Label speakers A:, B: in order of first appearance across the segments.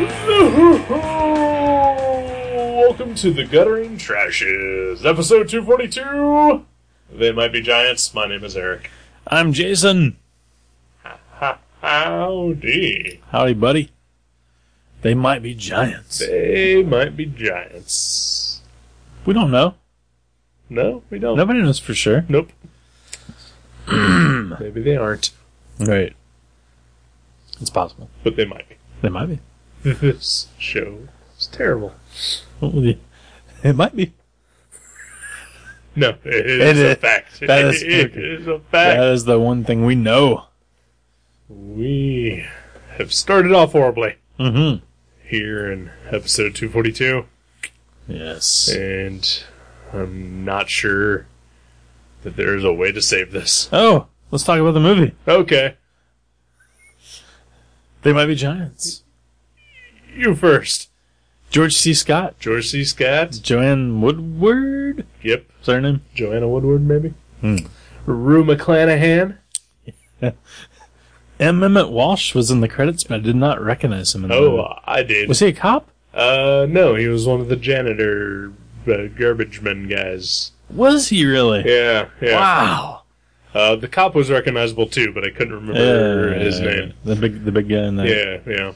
A: Welcome to the Guttering Trashes, episode 242. They might be giants. My name is Eric.
B: I'm Jason.
A: Howdy.
B: Howdy, buddy. They might be giants.
A: They might be giants.
B: We don't know.
A: No, we don't.
B: Nobody knows for sure.
A: Nope. Maybe they aren't,
B: Right. It's possible.
A: but they might be.
B: They might be.
A: This show is terrible.
B: What would you- It might be.
A: No, it is,
B: It
A: a
B: is-
A: fact.
B: that is-
A: it is a fact.
B: That is the one thing we know.
A: We have started off horribly
B: Mm-hmm.
A: here in episode 242.
B: Yes.
A: and I'm not sure that there's a way to save this.
B: Oh, let's talk about the movie.
A: Okay,
B: They might be giants.
A: you first.
B: George C. Scott,
A: George C. Scott.
B: Joanne Woodward.
A: Yep.
B: Is that her name?
A: Joanna Woodward, maybe.
B: Hmm.
A: Rue McClanahan.
B: M. Emmett Walsh was in the credits, but I did not recognize him. In the movie.
A: Oh, I did.
B: Hmm. was he a cop?
A: Uh, no, he was one of the janitor, uh, garbage men guys.
B: Was he really?
A: Yeah, yeah.
B: Wow.
A: Uh, the cop was recognizable too, but I couldn't remember his name.
B: The big, the big guy in there.
A: Yeah, yeah.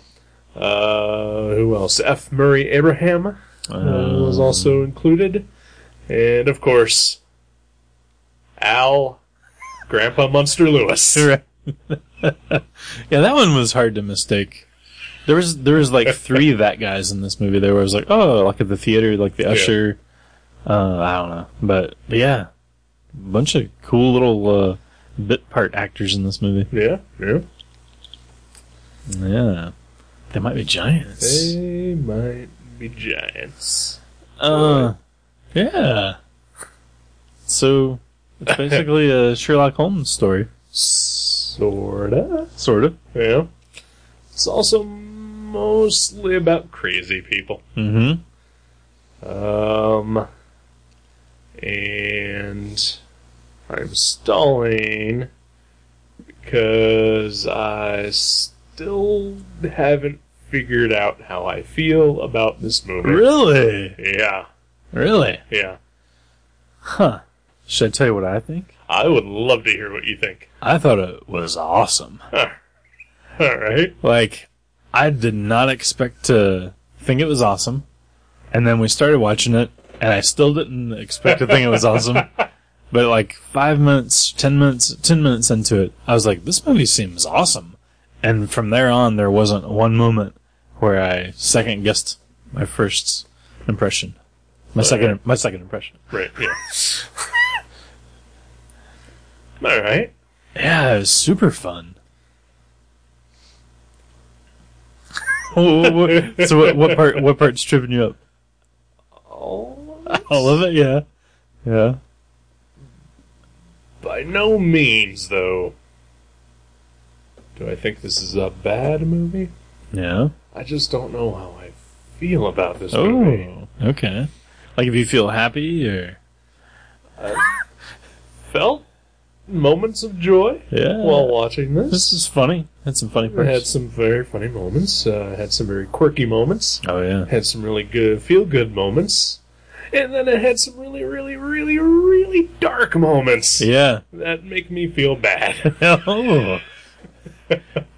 A: Uh, who else? F. Murray Abraham. uh, was also included. And of course, Al, Grandpa Munster Lewis.
B: Right. yeah, that one was hard to mistake. There was there was like three that guys in this movie. There was like oh, like at the theater, like the usher. Uh, I don't know, but, but yeah, bunch of cool little uh, bit part actors in this movie.
A: Yeah, yeah.
B: Yeah, they might be giants.
A: They might be giants.
B: Uh, yeah. So it's basically a Sherlock Holmes story,
A: Sorta.
B: sort of.
A: Yeah. It's also mostly about crazy people.
B: Mm-hmm.
A: Um. And I'm stalling because I still haven't figured out how I feel about this movie.
B: Really,
A: Yeah,
B: really,
A: yeah.
B: huh? Should I tell you what I think?
A: I would love to hear what you think.
B: I thought it was awesome.
A: All right.
B: Like, I did not expect to think it was awesome. And then we started watching it, and I still didn't expect to think it was awesome. But like five minutes, ten minutes, ten minutes into it, I was like, this movie seems awesome. And from there on, there wasn't one moment where I second guessed my first impression. My second, my second impression.
A: Right. Yeah. All right.
B: Yeah, it was super fun. Wha- wha- so what, what part? What part's tripping you up? All of it, yeah, yeah.
A: By no means, though. Do I think this is a bad movie?
B: Yeah.
A: I just don't know how I feel about this movie.
B: Oh, okay. Like if you feel happy or
A: Felt moments of joy
B: yeah.
A: while watching
B: this
A: this.
B: is funny. Had some funny
A: I had
B: parts.
A: some very funny moments. Uh, had some very quirky moments.
B: Oh yeah.
A: Had some really good feel-good moments. And then it had some really, really, really, really dark moments
B: Yeah.
A: that make me feel bad.
B: oh.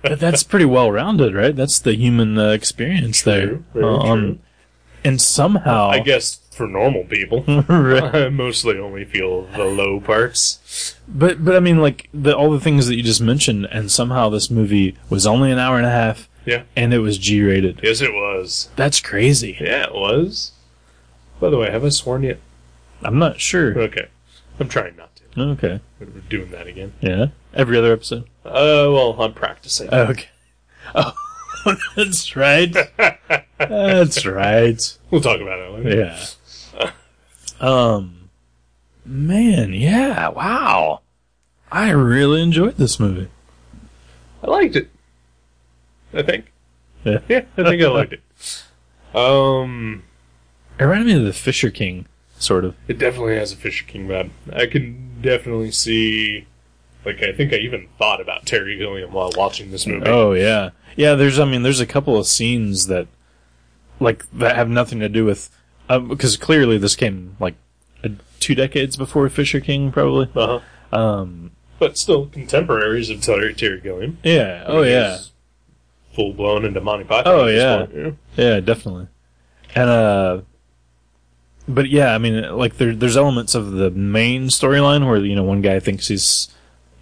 B: But that's pretty well rounded, right? That's the human uh, experience
A: True,
B: there. Uh, um,
A: very true.
B: And somehow,
A: I guess for normal people,
B: right.
A: I mostly only feel the low parts.
B: But but I mean, like the, all the things that you just mentioned, and somehow this movie was only an hour and a half,
A: Yeah.
B: and it was G rated.
A: Yes, it was.
B: That's crazy.
A: Yeah, it was. By the way, have I sworn yet?
B: I'm not sure.
A: Okay. I'm trying not to.
B: Okay.
A: We're doing that again.
B: Yeah. Every other episode. Uh,
A: Uh, well, I'm practicing.
B: Okay. Oh, That's right. That's right.
A: We'll talk about it later.
B: Yeah. Um, man, yeah, wow. I really enjoyed this movie.
A: I liked it. I think.
B: Yeah.
A: Yeah, I think I liked it. Um,
B: It reminded me of the Fisher King, sort of.
A: it definitely has a Fisher King vibe. I can definitely see. Like, I think I even thought about Terry Gilliam while watching this movie.
B: Oh yeah, yeah. There's, I mean, there's a couple of scenes that, like, that have nothing to do with, um, because clearly this came like uh, two decades before Fisher King, probably.
A: Uh-huh.
B: Um,
A: But still, contemporaries of Terry, Terry Gilliam.
B: yeah. Oh yeah.
A: Full blown into Monty Python.
B: Oh,
A: at this
B: yeah.
A: point, you know?
B: Yeah, definitely. And uh but yeah, I mean like there there's elements of the main storyline where you know one guy thinks he's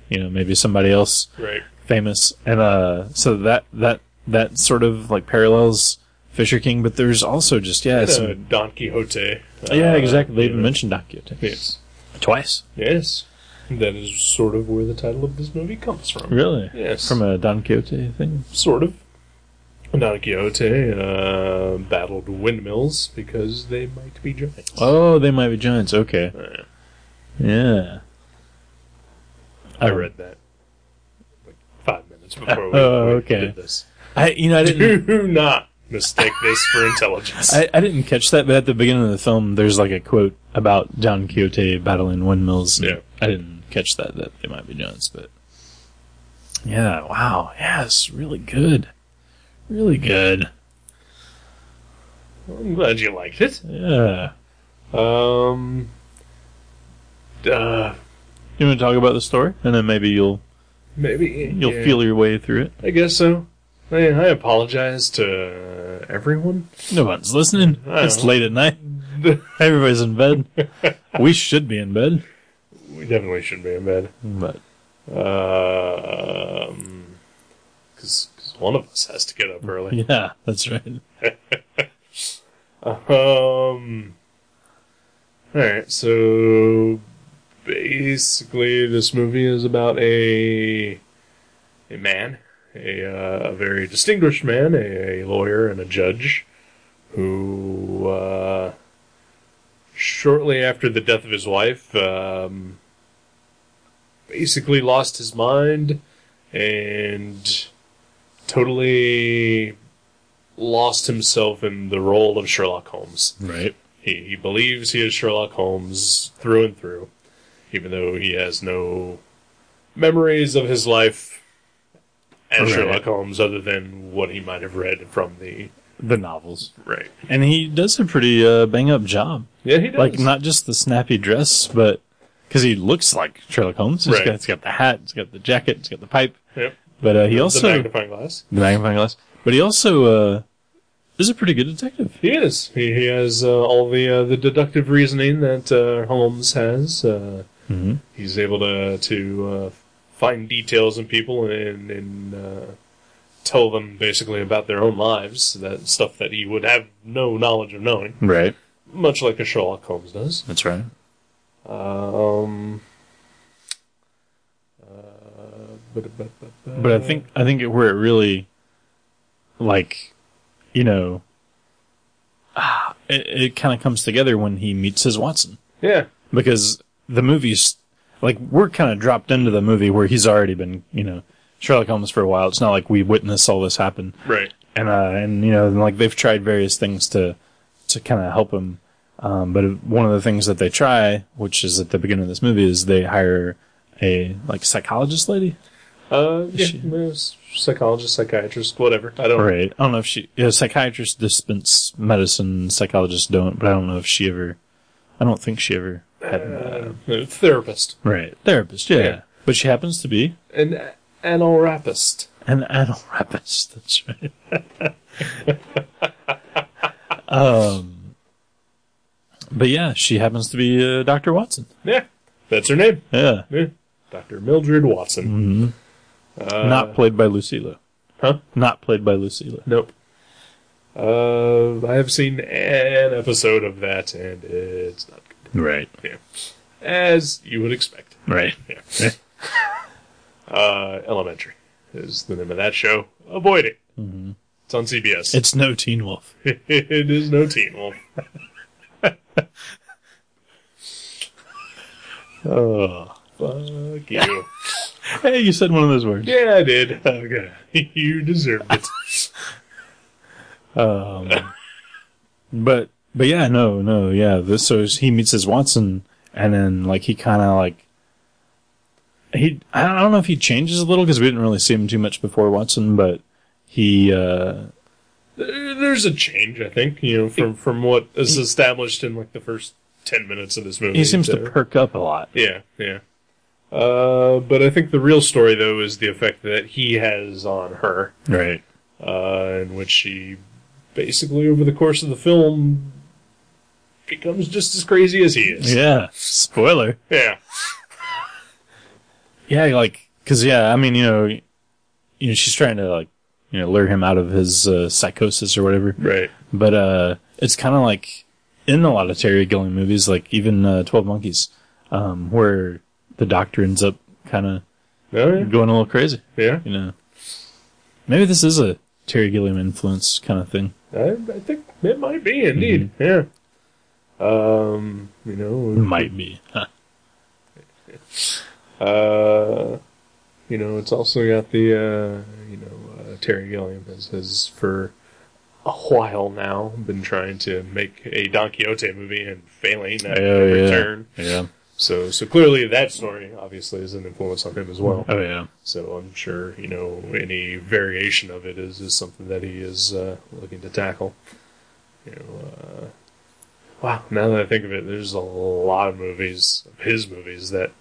B: you know maybe somebody else
A: Right.
B: famous and uh so that that that sort of like parallels Fisher King, but there's also just yeah,
A: Uh,
B: some,
A: Don Quixote.
B: Oh, yeah,
A: uh,
B: exactly. They
A: you
B: even
A: know.
B: mentioned Don Quixote
A: Yes.
B: twice.
A: Yes. That is sort of where the title of this movie comes from.
B: Really?
A: Yes.
B: Mm. From a Don Quixote thing.
A: Sort of. Don Quixote uh, battled windmills because they might be giants. Uh,
B: Oh, they might be giants. Okay.
A: Yeah.
B: Yeah.
A: I read that like five minutes before we,
B: Oh,
A: we
B: okay.
A: did this.
B: I you know I didn't
A: Do not mistake this for intelligence.
B: I, I didn't catch that, but at the beginning of the film, there's like a quote about Don Quixote battling windmills. and
A: Yeah.
B: I didn't catch that, that they might be giants, but. Yeah, wow. Yeah, it's really good. Really good.
A: I'm glad you liked it.
B: Yeah.
A: Um, uh,
B: You want to talk about the story? And then maybe you'll
A: maybe
B: you'll
A: yeah,
B: feel your way through it.
A: I guess so. I, I apologize to everyone.
B: No one's listening.
A: I don't
B: It's
A: know.
B: late at night. Everybody's in bed. we should be in bed.
A: we definitely should be in bed.
B: But
A: because Um, one of us has to get up early.
B: yeah, that's right.
A: Um. All right, so basically, this movie is about a a man, a uh, a very distinguished man, a, a lawyer and a judge, who uh, shortly after the death of his wife, um, basically lost his mind and totally lost himself in the role of Sherlock Holmes.
B: Right.
A: He, he believes he is Sherlock Holmes through and through, even though he has no memories of his life as
B: Right.
A: Sherlock Holmes other than what he might have read from the.
B: The novels.
A: Right.
B: And he does a pretty uh, bang up job.
A: Yeah, he does.
B: like not just the snappy dress, but because he looks like Sherlock Holmes. He's
A: Right.
B: got, he's got the hat, he's got the jacket, he's got the pipe,
A: Yep.
B: but uh, he
A: the
B: also
A: magnifying glass.
B: the magnifying glass. But he also uh, is a pretty good detective.
A: He is. He, he has uh, all the uh, the deductive reasoning that uh, Holmes has. Uh,
B: Mm-hmm.
A: he's able to to uh, find details in people and and uh, tell them basically about their own lives that stuff that he would have no knowledge of knowing,
B: Right.
A: much like a Sherlock Holmes does.
B: That's right.
A: Um, uh, but, but, uh, but,
B: But I think I think it- where it really, like, you know, ah, it, it kind of comes together when he meets his Watson
A: yeah,
B: because the movie's like we're kind of dropped into the movie where he's already been you know Sherlock Holmes for a while. It's not like we witness all this happen.
A: right,
B: and uh, and you know, and, like they've tried various things to to kind of help him. Um, but one of the things that they try, which is at the beginning of this movie, is they hire a like psychologist lady,
A: uh, yeah,
B: She-
A: well, s- psychologist, psychiatrist, whatever. I don't.
B: right? I don't know if she, yeah, psychiatrists dispense medicine, psychologists don't, but I don't know if she ever, I don't think she ever had,
A: Uh, therapist,
B: right? Therapist, yeah.
A: Yeah.
B: But she happens to be
A: an anal rapist.
B: an anal rapist. That's right. um, but yeah, she happens to be uh, Doctor Watson.
A: Yeah, that's her name.
B: Yeah,
A: Yeah. Dr. Mildred Watson.
B: Mhm.
A: Uh,
B: not played by Lucilla.
A: Huh?
B: Not played by Lucilla.
A: Nope. Uh, I have seen an episode of that, and it's not good.
B: Right.
A: As you would expect.
B: Right.
A: Yeah. uh, Elementary is the name of that show. Avoid it.
B: Mhm.
A: It's on CBS.
B: It's no Teen Wolf.
A: it is no Teen Wolf.
B: Oh.
A: Fuck you.
B: Hey, you said one of those words.
A: Yeah, I did.
B: Okay.
A: you deserved it.
B: Um, but but yeah, no, no, yeah. This, so he meets his Watson, and then like he kind of like he I don't, I don't know if he changes a little because we didn't really see him too much before Watson, but he uh
A: There- There's a change, I think, you know, from from what is established in like the first ten minutes of this movie.
B: he seems to perk up a lot.
A: Yeah, yeah. Uh, but I think the real story though is the effect that he has on her,
B: Right.
A: uh, in which she basically over the course of the film becomes just as crazy as he is.
B: Yeah. Spoiler.
A: Yeah.
B: Yeah, like because yeah, I mean you know, you know she's trying to like you know lure him out of his uh, psychosis or whatever.
A: Right.
B: But uh, it's kind of like in a lot of Terry Gilliam movies, like even uh, Twelve Monkeys, um, where the doctor ends up kind of
A: Oh, yeah.
B: going a little crazy.
A: yeah.
B: You know, maybe this is a Terry Gilliam influence kind of thing.
A: I, I think it might be indeed. Yeah. Um, you know,
B: Might be. Huh.
A: uh, you know, it's also got the uh, you know uh, Terry Gilliam has, has for a while now been trying to make a Don Quixote movie and failing at
B: Oh,
A: every
B: yeah.
A: turn.
B: Yeah.
A: So so clearly that story obviously is an influence on him as well.
B: Oh yeah.
A: So I'm sure you know any variation of it is, is something that he is uh, looking to tackle. You know, uh, wow. Now that I think of it, there's a lot of movies of his movies that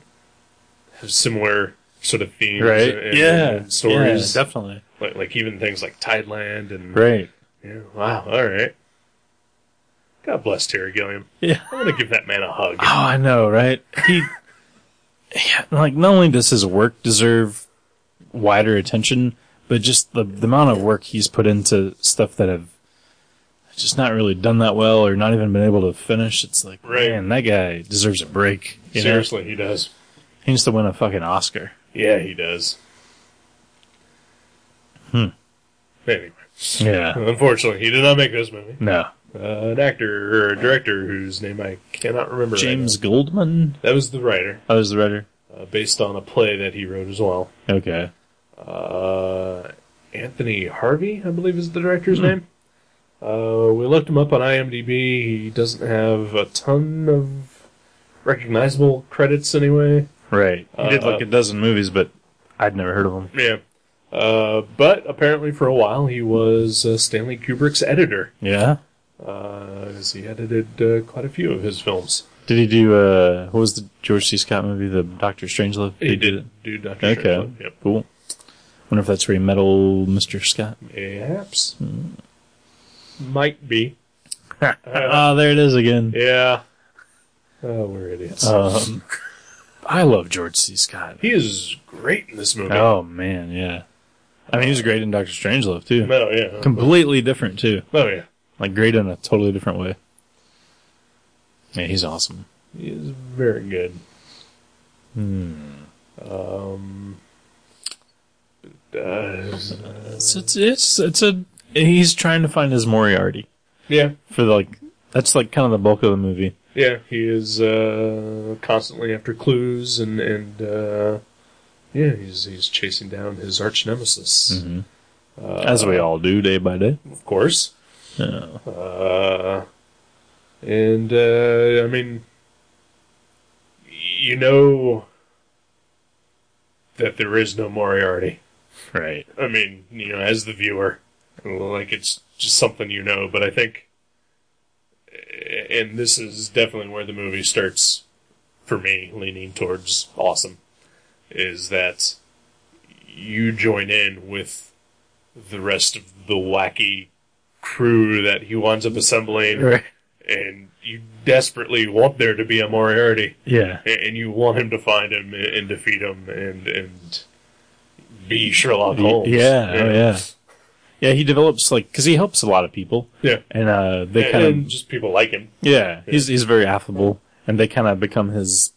A: have similar sort of themes,
B: Right.
A: And,
B: yeah.
A: and stories.
B: Yeah, definitely.
A: like, like even things like Tideland and
B: Right.
A: yeah, wow. All right. God bless Terry Gilliam.
B: Yeah.
A: I want to give that man a hug.
B: Oh, I know, right? He, yeah, like, not only does his work deserve wider attention, but just the, the amount of work he's put into stuff that have just not really done that well or not even been able to finish. It's like,
A: Right.
B: man, that guy deserves a break. You know?
A: Seriously, he does.
B: He needs to win a fucking Oscar.
A: Yeah, he does.
B: Hmm.
A: Anyway,
B: Yeah.
A: unfortunately, he did not make this movie.
B: No.
A: Uh, an actor or a director whose name I cannot remember. right
B: James Goldman?
A: now. that was the writer,
B: Oh, is the writer?
A: uh, based on a play that he wrote as well.
B: Okay.
A: Uh, Anthony Harvey, I believe, is the director's
B: Hmm.
A: name. Uh, we looked him up on IMDb. He doesn't have a ton of recognizable credits, anyway.
B: Right. He did
A: Uh,
B: like a dozen movies, but I'd never heard of him.
A: Yeah. Uh, but apparently, for a while, he was uh, Stanley Kubrick's editor.
B: Yeah.
A: Uh, 'cause he edited uh, quite a few of his films.
B: Did he do uh what was the George C. Scott movie, the Doctor Strangelove?
A: do Doctor
B: Okay.
A: Strangelove, Yep.
B: Cool. Wonder if that's where he met old Mr. Scott.
A: Perhaps. Might be.
B: Ah, there it is again.
A: Yeah. Oh, we're idiots.
B: Um, I love George C. Scott.
A: he is great in this movie.
B: Oh man, yeah. I mean, he was great in Doctor Strangelove too.
A: No, Oh, yeah.
B: Completely different too.
A: oh, yeah.
B: Like great in a totally different way. Yeah, he's awesome.
A: He is very good. Um. uh,
B: It's it's it's, it's a he's trying to find his Moriarty
A: yeah,
B: for the, like that's like kind of the bulk of the movie.
A: yeah. He is uh, constantly after clues and and uh, yeah, he's he's chasing down his arch nemesis.
B: Mm-hmm.
A: Uh,
B: As we all do day by day.
A: of course. Uh, and uh, I mean, you know that there is no Moriarty.
B: Right.
A: I mean, you know, as the viewer, like it's just something you know. But I think, and this is definitely where the movie starts for me, leaning towards awesome, is that you join in with the rest of the wacky crew that he winds up assembling,
B: Right.
A: and you desperately want there to be a Moriarty
B: Yeah.
A: and- and you want him to find him and, and defeat him and and be Sherlock Holmes.
B: Yeah, yeah. Oh, yeah. Yeah, he develops like because he helps a lot of people,
A: yeah.
B: and uh, they
A: And,
B: kind
A: and
B: of
A: just people like him.
B: yeah, he's he's very affable, and they kind of become his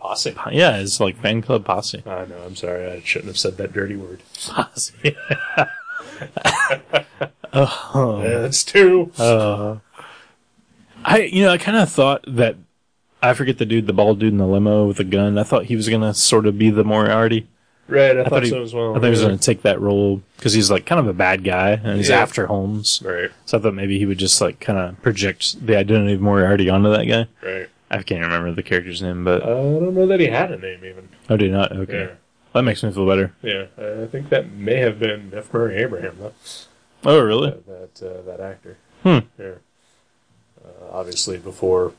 A: Posse.
B: yeah, his like fan club posse.
A: I know. I'm sorry. I shouldn't have said that dirty word.
B: Posse. Oh.
A: That's two.
B: Uh, I you know I kind of thought that I forget the dude, the bald dude in the limo with the gun. I thought he was gonna sort of be the Moriarty.
A: Right, I, thought,
B: he,
A: so as well.
B: I thought he was gonna take that role because he's like kind of a bad guy and he's
A: Yeah.
B: after Holmes.
A: Right,
B: So I thought maybe he would just like kind of project the identity of Moriarty onto that guy.
A: right.
B: I can't remember the character's name, but
A: I don't know that he had a name even.
B: oh, do not okay. That makes me feel better.
A: Yeah, yeah. I think that may have been F. Murray Abraham, though.
B: Oh, really?
A: That that, uh, that actor.
B: Hmm.
A: Yeah. Uh, obviously, before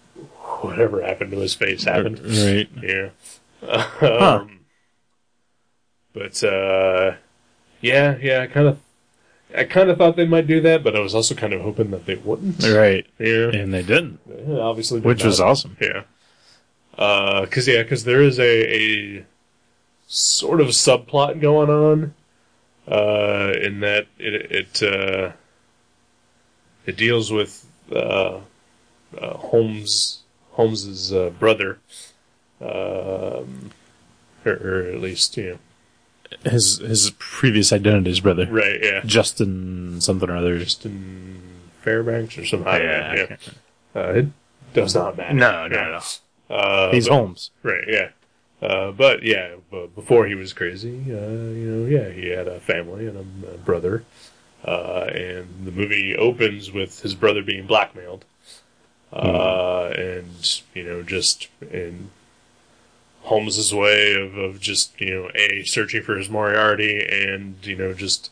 A: whatever happened to his face happened.
B: Right.
A: Yeah. Um, But uh, yeah, yeah, I kind of, I kind of thought they might do that, but I was also kind of hoping that they wouldn't.
B: Right.
A: Yeah.
B: And they didn't,
A: Yeah, obviously, they're
B: which was
A: not.
B: awesome.
A: yeah. Because yeah, because there is a a sort of subplot going on. Uh, in that it it uh, it deals with uh, uh, Holmes Holmes's uh, brother, um, or, or at least you know,
B: His his previous identity's brother.
A: right, yeah,
B: Justin something or other.
A: Justin Fairbanks or something.
B: Oh, Yeah, I
A: yeah,
B: can't-
A: yeah. Uh, it does not matter.
B: No, no,
A: Yeah.
B: no.
A: Uh,
B: He's
A: but-
B: Holmes.
A: Right, yeah. Uh, but yeah, but before he was crazy, uh, you know, yeah, he had a family and a, a brother. Uh, and the movie opens with his brother being blackmailed. Uh, and, you know, just in Holmes's way of, of just, you know, A, searching for his Moriarty and, you know, just,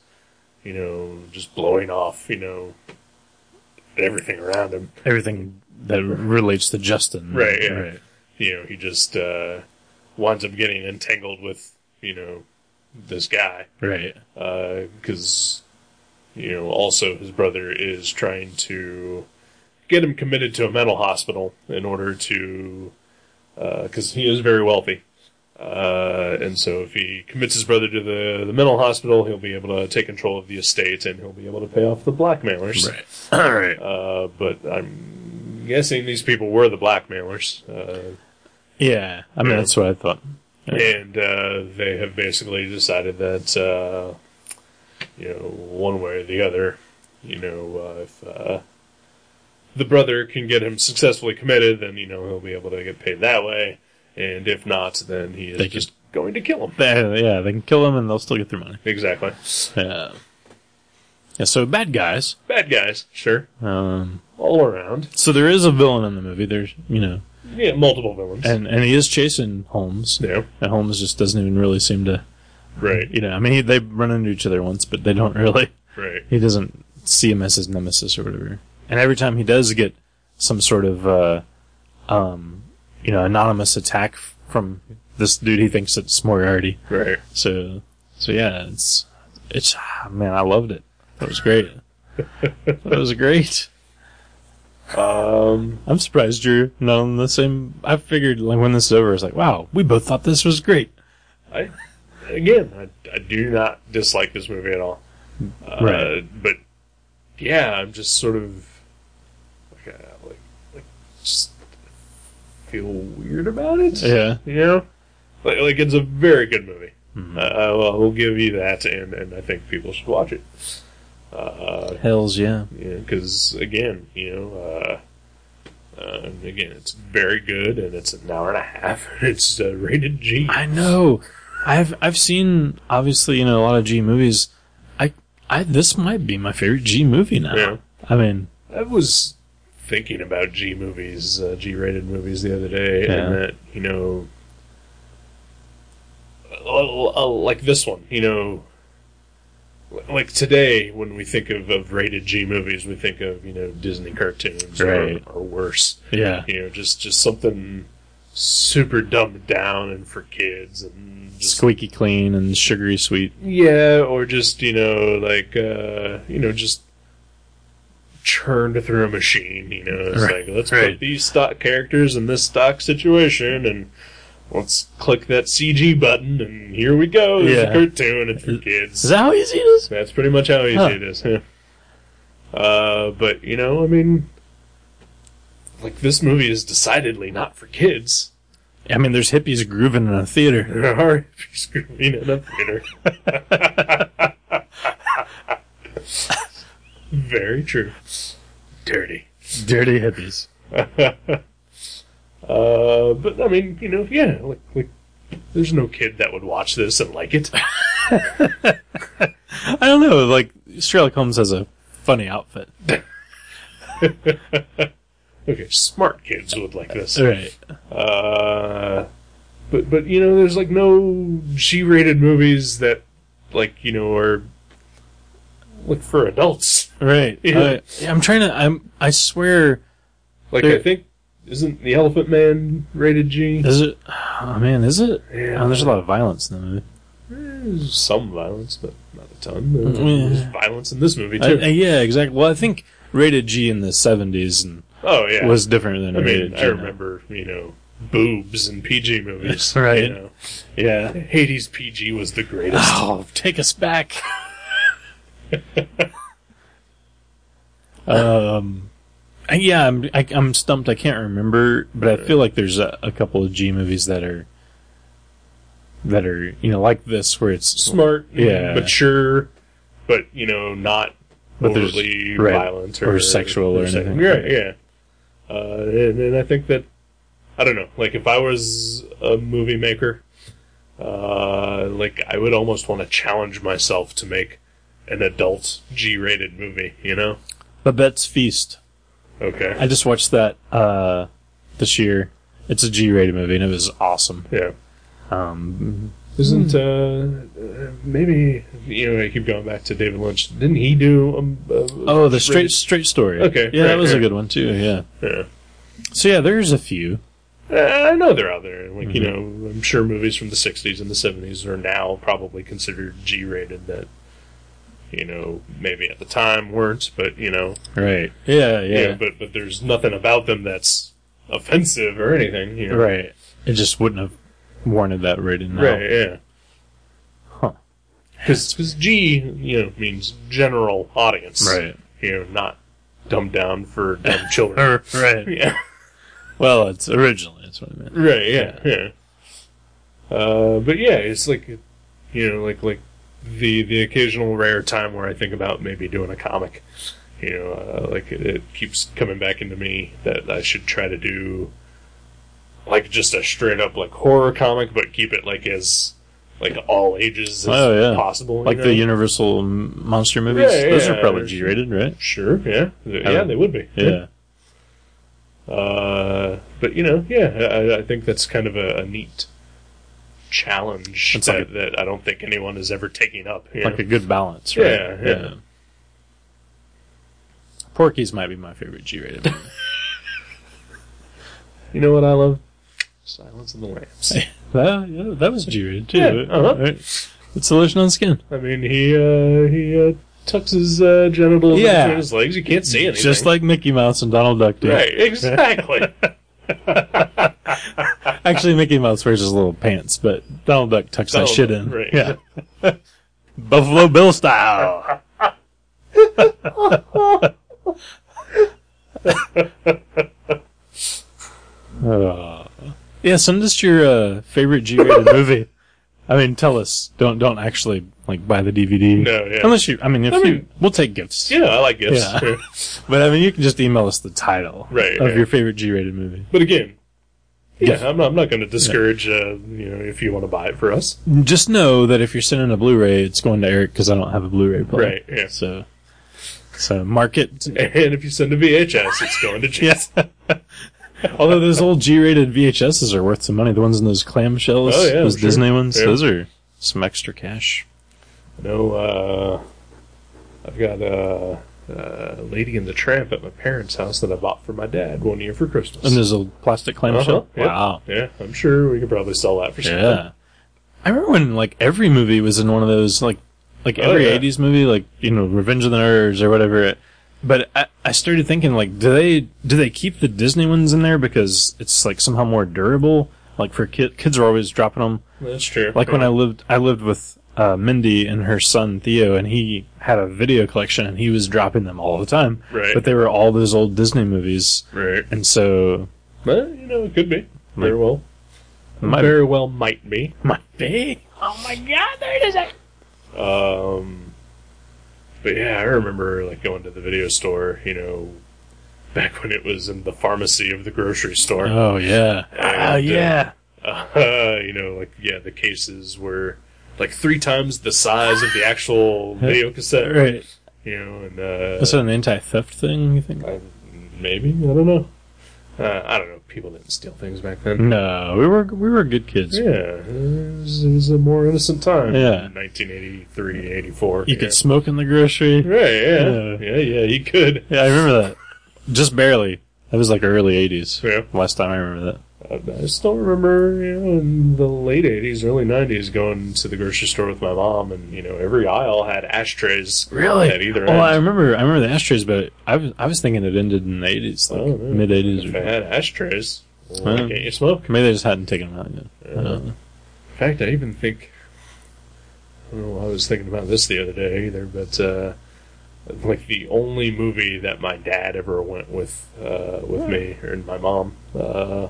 A: you know, just blowing off, you know, everything around him.
B: Everything that relates to Justin.
A: Right, yeah. you know, he just uh, winds up getting entangled with, you know, this guy.
B: right.
A: Because, you know, also his brother is trying to get him committed to a mental hospital in order to. Because he is very wealthy. Uh, and so if he commits his brother to the, the mental hospital, he'll be able to take control of the estate and he'll be able to pay off the blackmailers.
B: Right. All right.
A: Uh, but I'm guessing these people were the blackmailers. Uh,
B: Yeah. I mean,
A: Yeah.
B: that's what I thought.
A: and uh, they have basically decided that uh, you know one way or the other, you know, uh, if uh, the brother can get him successfully committed, then you know he'll be able to get paid that way, and if not, then he is
B: They can-
A: just going to kill him.
B: They, yeah, they can kill him and they'll still get their money.
A: Exactly,
B: Yeah. Uh, Yeah, so bad guys.
A: bad guys, sure,
B: Um,
A: all around.
B: so there is a villain in the movie. There's, you know,
A: Yeah, multiple villains.
B: and, and he is chasing Holmes.
A: yeah,
B: And Holmes just doesn't even really seem to,
A: right,
B: you know, I mean, he, they run into each other once, but they don't really,
A: right,
B: he doesn't see him as his nemesis or whatever. And every time he does get some sort of, uh, um, you know, anonymous attack f- from this dude, he thinks it's Moriarty.
A: right.
B: So, so yeah, it's, it's, ah, man, I loved it. That was great. that was great.
A: Um,
B: I'm surprised you're not on the same. I figured like when this is over, it's like, wow, we both thought this was great.
A: I again, I, I do not dislike this movie at all. Uh,
B: Right.
A: But yeah, I'm just sort of like, uh, like, like just feel weird about it.
B: Yeah.
A: You know, like, like it's a very good movie.
B: Mm-hmm.
A: Uh, I will I will give you that, and, and I think people should watch it. Uh,
B: Hells yeah.
A: because again, you know, uh, uh, again, it's very good, and it's an hour and a half. It's uh, rated G.
B: I know. I've I've seen obviously you know a lot of G movies. I I this might be my favorite G movie now.
A: Yeah.
B: I mean,
A: I was thinking about G movies, uh, G rated movies the other day,
B: Yeah.
A: and that, you know, uh, uh, like this one, you know, like today when we think of, of rated G movies, we think of, you know, Disney cartoons
B: Right.
A: or, or worse.
B: yeah,
A: You know, just, just something super dumbed down and for kids and just
B: squeaky clean and sugary sweet.
A: yeah, or just you know, like uh, you know, just churned through a machine. You know, it's
B: Right,
A: like let's
B: right.
A: put these stock characters in this stock situation, and let's click that CG button, and here we go. There's
B: Yeah.
A: a cartoon. It's for
B: Is
A: kids.
B: that how easy it is?
A: That's pretty much how easy
B: Huh.
A: it is. yeah. Uh, but you know, I mean, like this movie is decidedly not for kids.
B: I mean, there's hippies grooving in a theater.
A: There are screaming in a theater. Very true. Dirty.
B: Dirty hippies.
A: Uh, but I mean, you know, yeah, like, like, there's no kid that would watch this and like it.
B: I don't know. Like Sherlock Holmes has a funny outfit.
A: Okay, smart kids would like this.
B: All right.
A: Uh, but but you know, there's like no G-rated movies that, like you know, are like for adults.
B: Right.
A: Yeah.
B: Uh, yeah, I'm trying to. I'm. I swear.
A: Like
B: There-
A: I think isn't the Elephant Man rated G? Eh,
B: Is it? Oh man, is it?
A: Yeah.
B: Oh, there's a lot of violence in the movie.
A: There's some violence, but not a ton.
B: Mm,
A: There's
B: yeah.
A: violence in this movie
B: I,
A: too.
B: I- yeah, exactly. Well, I think rated G in the 70s and
A: oh yeah,
B: was different than
A: I
B: rated
A: mean,
B: G.
A: I
B: now.
A: remember you know boobs and PG movies,
B: Right.
A: You know.
B: Yeah.
A: Hades PG was the greatest.
B: Oh, take us back. um, I- yeah, I'm I, I'm stumped. I can't remember, but I feel like there's a, a couple of G movies that are that are you know like this where it's
A: smart,
B: Yeah.
A: mature, but you know, not
B: But there's-
A: overly
B: right,
A: violent
B: or
A: or,
B: sexual or
A: se-
B: anything.
A: Right, yeah. Uh, and, and I think that I don't know. Like if I was a movie maker, uh, like I would almost want to challenge myself to make an adult G-rated movie. You know?
B: Babette's Feast.
A: Okay.
B: I just watched that uh, this year. It's a G-rated movie, and it was awesome.
A: yeah.
B: Um,
A: Isn't uh, uh maybe you know I keep going back to David Lynch? Didn't he do um, uh,
B: oh, the straight
A: rated-
B: straight story.
A: Okay,
B: yeah, that
A: right,
B: was a
A: right.
B: good one too. Yeah.
A: Yeah.
B: So yeah, there's a few.
A: Uh, I know they're out there. Like you
B: Mm-hmm.
A: know, I'm sure movies from the '60s and the '70s are now probably considered G-rated. That you know, maybe at the time weren't, but you know,
B: Right. Yeah. Yeah.
A: yeah. but but there's nothing about them that's offensive or anything. You know?
B: Right. It just wouldn't have warranted that rating. Now.
A: Right. Yeah.
B: Huh.
A: Because G, you know, means general audience.
B: Right.
A: You know, not dumbed down for dumb children.
B: Er, right.
A: yeah.
B: Well, it's originally. That's what I meant.
A: Right. Yeah. Yeah. Uh, but yeah, it's like, you know, like like the the occasional rare time where I think about maybe doing a comic. You know, uh, like it, it keeps coming back into me that I should try to do like just a straight up like horror comic, but keep it like as like all ages as
B: Oh, yeah.
A: possible. you
B: Like
A: know?
B: the Universal m- monster movies.
A: Yeah,
B: Those
A: yeah,
B: are probably
A: there's-
B: G-rated, right?
A: sure, yeah, yeah,
B: don't-
A: they would be,
B: Yeah.
A: Uh, but you know, yeah, I, I think that's kind of a, a neat challenge
B: It's
A: that,
B: like a-
A: that I don't think anyone is ever taking up. you
B: Like
A: know?
B: a good balance. Right?
A: Yeah, yeah.
B: Porky's might be my favorite G-rated movie.
A: you know what I love? Silence of the Lambs.
B: that, yeah, that was G-rated too.
A: Yeah, uh-huh.
B: right? It's a lotion on skin.
A: I mean, he uh, he uh, tucks his uh, genitals in
B: Yeah.
A: between his legs. You can't see anything.
B: Just like Mickey Mouse and Donald Duck do.
A: right, exactly.
B: Actually, Mickey Mouse wears his little pants, but Donald Duck tucks
A: Donald
B: that shit
A: Duck,
B: in.
A: right.
B: Yeah. Buffalo Bill style. Uh, yeah, send us your uh, favorite G-rated movie. I mean, tell us. Don't don't actually like buy the DVD.
A: No, yeah.
B: Unless you, I mean, if
A: I
B: you,
A: mean-
B: we'll take gifts.
A: yeah, I like gifts.
B: Yeah. But I mean, you can just email us the title
A: Right,
B: of
A: right.
B: your favorite G-rated movie.
A: But again, yeah, I'm not, I'm not going to discourage uh, you know if you want to buy it for us.
B: Just know that if you're sending a Blu-ray, it's going to Eric because I don't have a Blu-ray player.
A: Right. Yeah.
B: So, so mark it.
A: And if you send a VHS, it's going to Jason.
B: Yes. Although those old G-rated VHSs are worth some money. The ones in those clamshells,
A: Oh, yeah,
B: those
A: sure.
B: Disney ones,
A: Yeah.
B: those are some extra cash.
A: No, uh, I've got a uh, uh, Lady and the Tramp at my parents' house that I bought for my dad one year for Christmas.
B: And there's a plastic
A: Uh-huh,
B: clamshell.
A: yep.
B: Wow.
A: Yeah, I'm sure we could probably sell that for something.
B: Yeah. I remember when like every movie was in one of those like like
A: Oh,
B: every
A: yeah.
B: 80s movie like you know Revenge of the Nerds or whatever it, but I, I started thinking like do they do they keep the Disney ones in there because it's like somehow more durable like for kid, kids are always dropping them
A: That's true.
B: like when I lived I lived with uh, Mindy and her son Theo and he had a video collection and he was dropping them all the time
A: Right.
B: but they were all those old Disney movies
A: Right.
B: and so
A: Well, you know, it could be. Very
B: Might-
A: well.
B: might-
A: Very well might be.
B: my big
C: Oh my god, there it is!
A: Um, But yeah, I remember like going to the video store, you know, back when it was in the pharmacy of the grocery store.
B: Oh yeah.
A: Yeah,
B: Oh
A: yeah.
B: yeah.
A: Uh, you know, like yeah, the cases were like three times the size of the actual video cassette.
B: Right.
A: You know, and uh,
B: Is that an anti-theft thing? You think?
A: I, maybe I don't know. Uh, I don't know. People didn't steal things back then.
B: No, we were we were good kids.
A: Yeah, it was, it was a more innocent time.
B: Yeah.
A: 1983, 84.
B: You
A: yeah.
B: could smoke in the grocery.
A: Right, yeah.
B: Yeah.
A: yeah. Yeah, you could.
B: Yeah, I remember that. Just barely. That was like early '80s.
A: Yeah.
B: Last time I remember that.
A: I Uh, I still remember, you know, in the late 80s, early 90s, going to the grocery store with my mom, and, you know, every aisle had ashtrays at either
B: oh, I
A: end.
B: remember. I remember the ashtrays, but I was I was thinking it ended in the '80s, like
A: Oh, yeah.
B: mid '80s.
A: If
B: Or,
A: I had ashtrays, why
B: Yeah.
A: can't you smoke?
B: Maybe they just hadn't taken them out yet. I
A: Yeah.
B: don't know.
A: In fact, I even think, I don't know, I was thinking about this the other day either, but, uh, like the only movie that my dad ever went with, uh, with me and my mom, uh,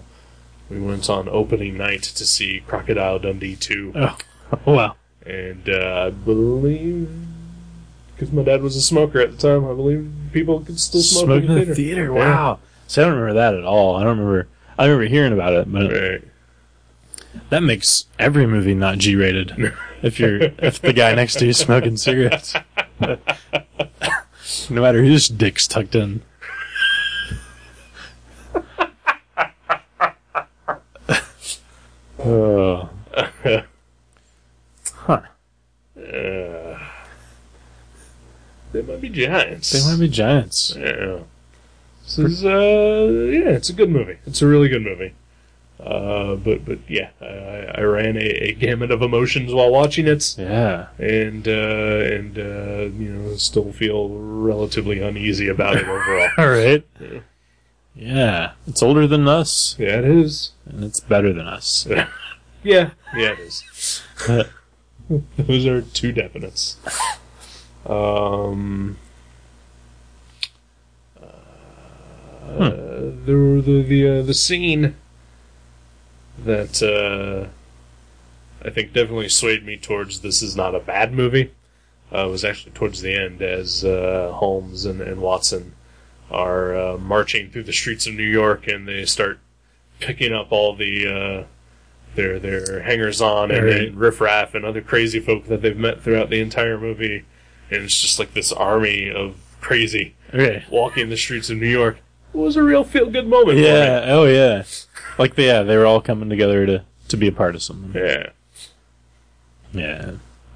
A: we went on opening night to see Crocodile Dundee 2.
B: Oh, wow.
A: And uh, I believe, because my dad was a smoker at the time, I believe people could still smoke
B: Smoking
A: in the theater.
B: theater. Wow. See, I don't remember that at all. I don't remember. I remember hearing about it, but
A: Right.
B: that makes every movie not G-rated. if you're if the guy next to you's smoking cigarettes, no matter whose dick's tucked in. oh, huh?
A: Uh, they might be giants.
B: They might be giants.
A: Yeah. This is, uh, yeah, it's a good movie. It's a really good movie. Uh, but but yeah, I, I ran a, a gamut of emotions while watching it,
B: Yeah.
A: and uh, and uh, you know still feel relatively uneasy about it overall.
B: All right.
A: Yeah.
B: Yeah, it's older than us,
A: yeah, it is.
B: and it's better than us.
A: Yeah. Yeah, it is. Those are two definites. Um, uh, there were the the, uh, the scene that uh, I think definitely swayed me towards this is not a bad movie. Uh, was actually towards the end as uh, Holmes and, and Watson are uh, marching through the streets of New York and they start picking up all the uh, their their hangers on and,
B: Right.
A: and riffraff and other crazy folk that they've met throughout the entire movie, and it's just like this army of crazy
B: Okay.
A: walking the streets of New York. It was a real feel good moment. for me.
B: Yeah. Oh, yeah. Like, yeah, they were all coming together to to be a part of something.
A: yeah,
B: Yeah.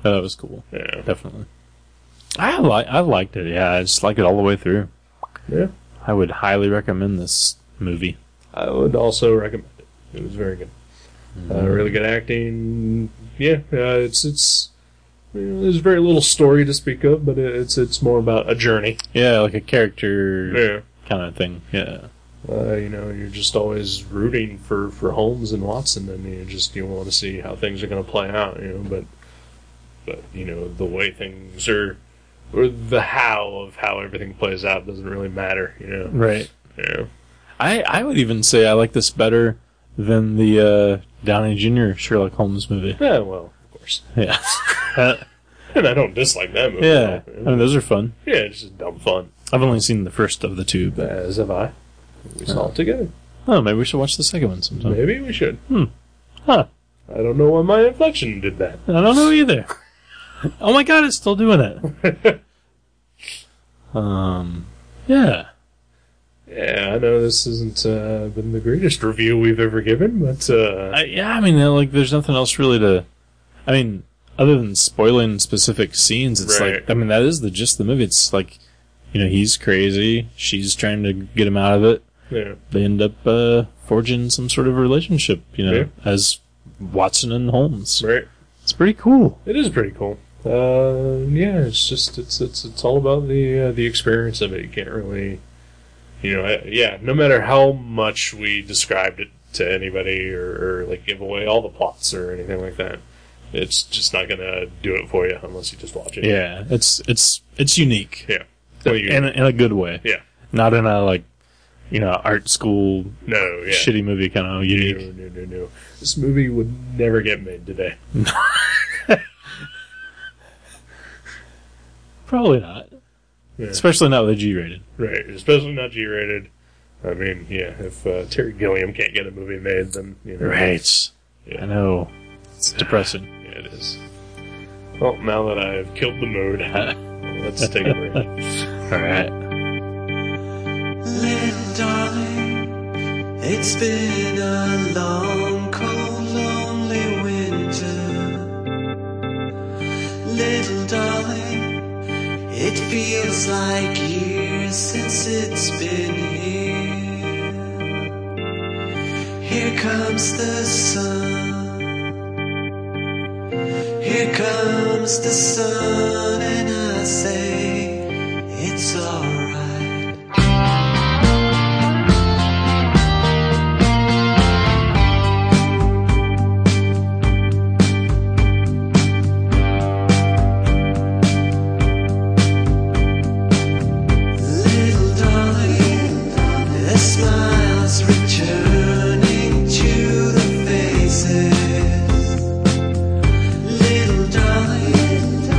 B: Oh, that was cool.
A: yeah,
B: Definitely. I like. I liked it. Yeah, I just liked it all the way through.
A: yeah.
B: I would highly recommend this movie.
A: I would also recommend it. It was very good. Uh, really good acting. Yeah, uh, it's it's. you know, There's very little story to speak of, but it- it's it's more about a journey.
B: Yeah, like a character kind of thing. Yeah.
A: Uh, you know, you're just always rooting for, for Holmes and Watson, and you just you want to see how things are going to play out. You know, but but you know the way things are, or the how of how everything plays out doesn't really matter. You know.
B: Right.
A: Yeah.
B: I I would even say I like this better than the uh, Downey Jr. Sherlock Holmes movie.
A: Yeah. Well, of course.
B: Yeah.
A: And I don't dislike that movie.
B: yeah.
A: at
B: I
A: all.
B: mean, those are fun.
A: Yeah, it's just dumb fun.
B: I've only seen the first of the two, but
A: As have I. We saw it together.
B: oh, maybe we should watch the second one sometime.
A: Maybe we should.
B: Huh.
A: I don't know why my inflection did that.
B: I don't know either. oh my god, it's still doing it. um, yeah.
A: Yeah, I know this hasn't uh, been the greatest review we've ever given, but uh,
B: I, yeah, I mean, like, there's nothing else really to. I mean, other than spoiling specific scenes, it's like,
A: Right.
B: I mean, that is the gist of the movie. It's like, you know, he's crazy. She's trying to get him out of it.
A: yeah,
B: They end up uh, forging some sort of relationship, you know,
A: Yeah.
B: as Watson and Holmes.
A: right.
B: It's pretty cool.
A: It is pretty cool. Uh, yeah, it's just it's it's it's all about the uh, the experience of it. You can't really, you know, I, yeah. No matter how much we described it to anybody or, or like give away all the plots or anything like that, it's just not gonna do it for you unless you just watch it.
B: Yeah, it's it's it's unique.
A: yeah. Well, you,
B: in a, in a good way.
A: yeah.
B: Not in a like, you know, art school
A: No, yeah.
B: shitty movie kind of
A: No,
B: unique.
A: no, no, no. This movie would never get made today.
B: Probably not.
A: Yeah.
B: Especially not with a G rated.
A: Right, especially not G-rated. I mean, yeah, if uh, Terry Gilliam can't get a movie made, then you know,
B: Right.
A: Yeah.
B: I know. It's depressing.
A: Yeah, it is. Well, now that I've killed the mood, let's take a break.
B: Alright.
C: Little darling, it's been a long, cold, lonely winter. Little darling, it feels like years since it's been here. Here comes the sun. Here comes the sun, and I say, it's alright. Little darling, the smiles returning to the faces. Little darling,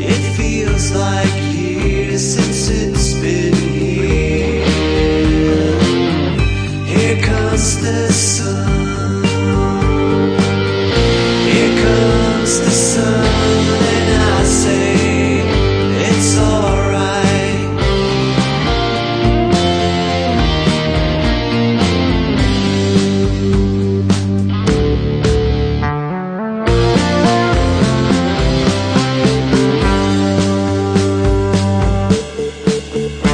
C: it feels like years since it's been here. Here comes the sun. Here comes the sun, and I say it's alright.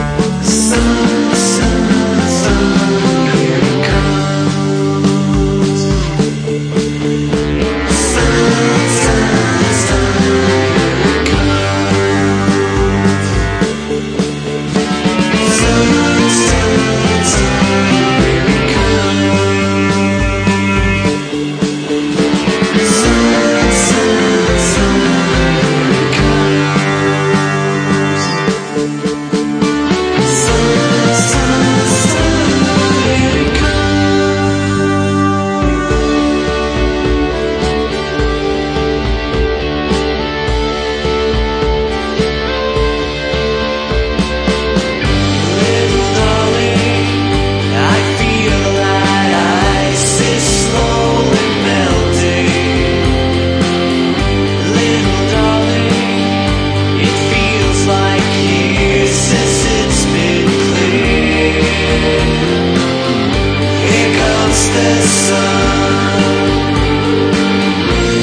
C: Sun, sun, sun, here it comes. Sun, sun, sun, here it comes. Sun, sun, sun, here it comes. Sun, sun, sun, here it comes. Sun, sun, sun, here it comes. Little darling, I feel that ice is slowly melting. Little darling, it feels like years since it's been clear. Here comes the sun.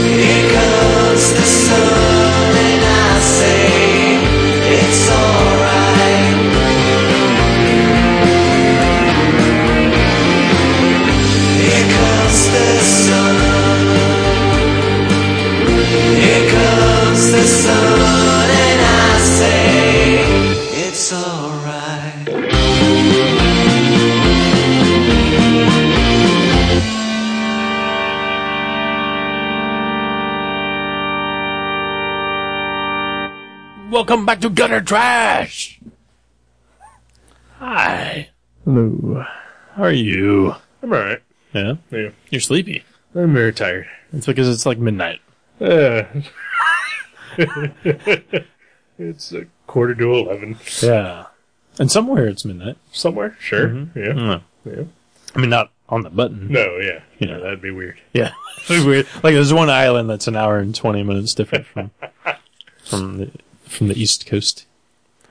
C: Here comes the sun, and I say it's alright. Here comes the sun. Here comes the sun, and I say, It's alright.
B: Welcome back to Gutter Trash! Hi. Hello. How are you?
A: I'm alright.
B: Yeah?
A: Yeah.
B: You're sleepy.
A: I'm very tired.
B: It's because it's like midnight.
A: Uh, it's a quarter to eleven.
B: Yeah. And somewhere it's midnight.
A: Somewhere? Sure. Yeah.
B: Mm.
A: yeah.
B: I mean, not on the button.
A: No, yeah.
B: Yeah.
A: No, that'd be weird.
B: Yeah. It's weird. Like, there's one island that's an hour and 20 minutes different from from the, from the East Coast.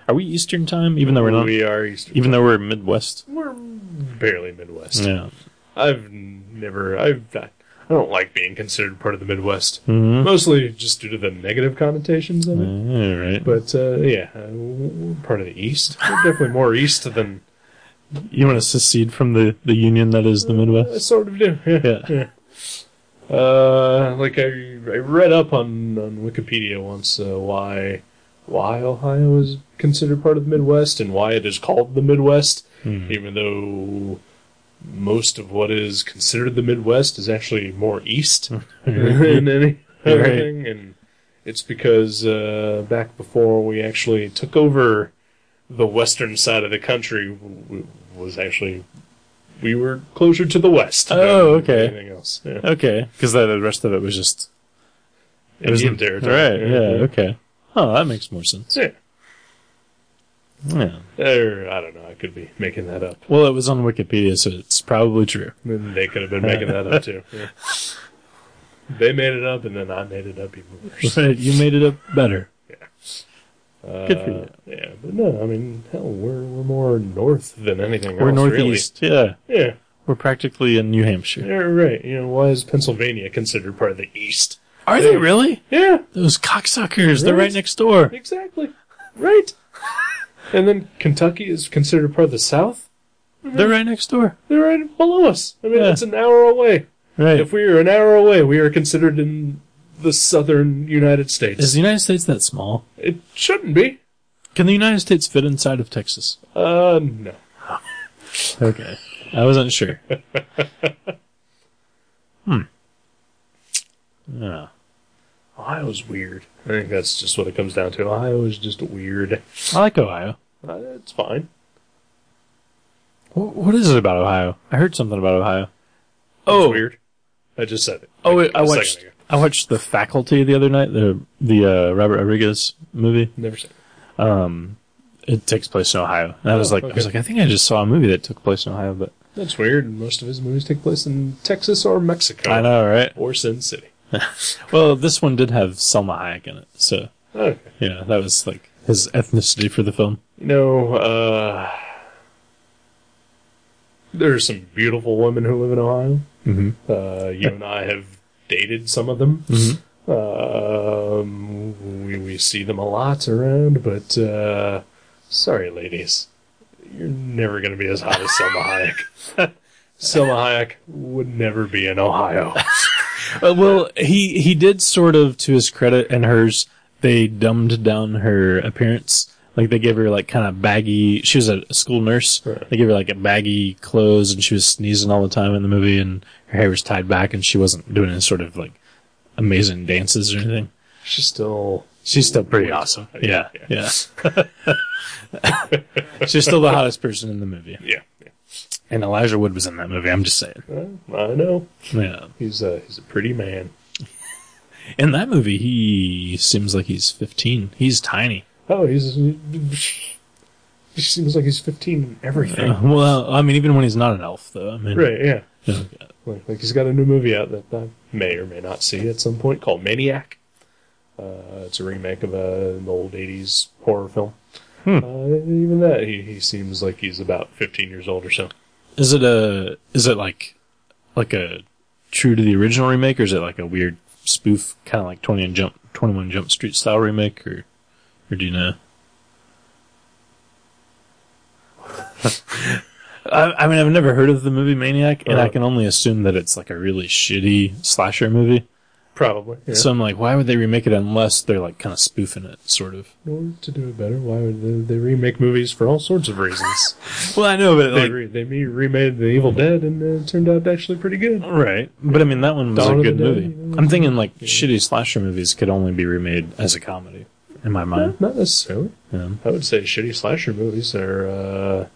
B: Are we Eastern time? Even though we're not.
A: We are Eastern.
B: Even though we're Midwest.
A: We're barely Midwest.
B: Yeah.
A: I've never. I've not. I don't like being considered part of the Midwest.
B: Mhm.
A: Mostly just due to the negative connotations of it.
B: All right.
A: But uh, yeah, uh, we're part of the East. We're definitely more East than
B: You want to secede from the, the union that is the
A: I
B: Midwest?
A: uh, sort of do.
B: Yeah.
A: Uh, like I, I read up on, on Wikipedia once uh, why why Ohio is considered part of the Midwest and why it is called the Midwest, even though most of what is considered the Midwest is actually more east than any other
B: Mm-hmm. Right.
A: thing, and it's because uh, back before we actually took over the western side of the country, w- w- was actually we were closer to the west.
B: Oh,
A: than
B: okay.
A: Anything else? Yeah.
B: Okay. Because the rest of it was just
A: Indian
B: Right.
A: territory. Mm-hmm.
B: Yeah. Okay. Oh, that makes more sense.
A: Yeah.
B: Yeah.
A: Or, I don't know. I could be making that up.
B: Well, it was on Wikipedia, so it's probably true.
A: They could have been making that up too. Yeah. They made it up, and then I made it up even worse.
B: you made it up better.
A: Uh,
B: Good for you.
A: Yeah, but no, I mean, hell, we're we're more north than anything
B: We're
A: else.
B: northeast. Yeah.
A: Really. Yeah,
B: We're practically in New Hampshire.
A: you're right. You know, why is Pennsylvania considered part of the East?
B: Are they really?
A: Yeah,
B: Those cocksuckers. They're right
A: Right.
B: next door.
A: exactly. Right. and then Kentucky is considered part of the South.
B: They're right next door.
A: They're right below us. I mean,
B: Yeah.
A: it's an hour away.
B: Right.
A: If we are an hour away, we are considered in the southern United States.
B: Is the United States that small?
A: it shouldn't be.
B: Can the United States fit inside of Texas?
A: Uh, no.
B: Okay. I wasn't sure. hmm. Yeah.
A: Ohio's weird. I think that's just what it comes down to. Ohio is just weird.
B: I like Ohio.
A: Uh, it's fine.
B: What, what is it about Ohio? I heard something about Ohio.
A: It's
B: Oh,
A: weird. I just said it.
B: oh! wait, I
A: a second
B: watched.
A: ago.
B: I watched The Faculty the other night. The the uh, Robert Rodriguez movie.
A: Never said it.
B: Um, it takes place in Ohio. And I was
A: Oh,
B: like, I
A: okay.
B: was like, I think I just saw a movie that took place in Ohio, but
A: That's weird. and Most of his movies take place in Texas or Mexico.
B: I know, right?
A: Or Sin City.
B: Well, this one did have Selma Hayek in it, so
A: Okay.
B: yeah, that was like his ethnicity for the film.
A: You know, uh, there are some beautiful women who live in Ohio.
B: Mm-hmm.
A: Uh, you and I have dated some of them.
B: Mhm.
A: Um, we, we see them a lot around, but uh, sorry, ladies, you're never going to be as hot as Selma Hayek. Selma Hayek would never be in Ohio.
B: Uh, well, he he did sort of to his credit and hers. They dumbed down her appearance. Like they gave her like kind of baggy. She was a school nurse.
A: Right.
B: They gave her like a baggy clothes, and she was sneezing all the time in the movie. And her hair was tied back, and she wasn't doing any sort of like amazing dances or anything.
A: She's still
B: She's still pretty awesome. Yeah, yeah. She's still the hottest person in the movie.
A: yeah. yeah.
B: And Elijah Wood was in that movie. I'm just saying.
A: I know
B: Yeah.
A: he's a he's a pretty man.
B: In that movie, he seems like he's 15. He's tiny.
A: Oh, he's he seems like he's 15 in everything.
B: Uh, well, I mean, even when he's not an elf, though. I mean,
A: Right? Yeah.
B: yeah.
A: Like, like he's got a new movie out that I may or may not see at some point called Maniac. Uh, it's a remake of a, an old '80s horror film.
B: Hmm.
A: Uh, even that, he, he seems like he's about 15 years old or so.
B: Is it a? Is it like, like a true to the original remake, or is it like a weird spoof, kind of like Twenty and Jump, Twenty One Jump Street style remake, or, or do you know? I, I mean, I've never heard of the movie Maniac, and I
A: Right.
B: can only assume that it's like a really shitty slasher movie.
A: Probably. Yeah.
B: So I'm like, why would they remake it unless they're like kind of spoofing it, sort of?
A: In order to do it better, why would they, they remake movies for all sorts of reasons?
B: Well, I know, but
A: they re, they re- remade The Evil Dead and uh, it turned out actually pretty good.
B: Right, but I mean that one was
A: Dawn
B: a
A: of the
B: good
A: Dead,
B: movie.
A: you know?
B: I'm thinking like shitty slasher movies could only be remade as a comedy in my mind.
A: Not necessarily.
B: Yeah.
A: I would say shitty slasher movies are, uh,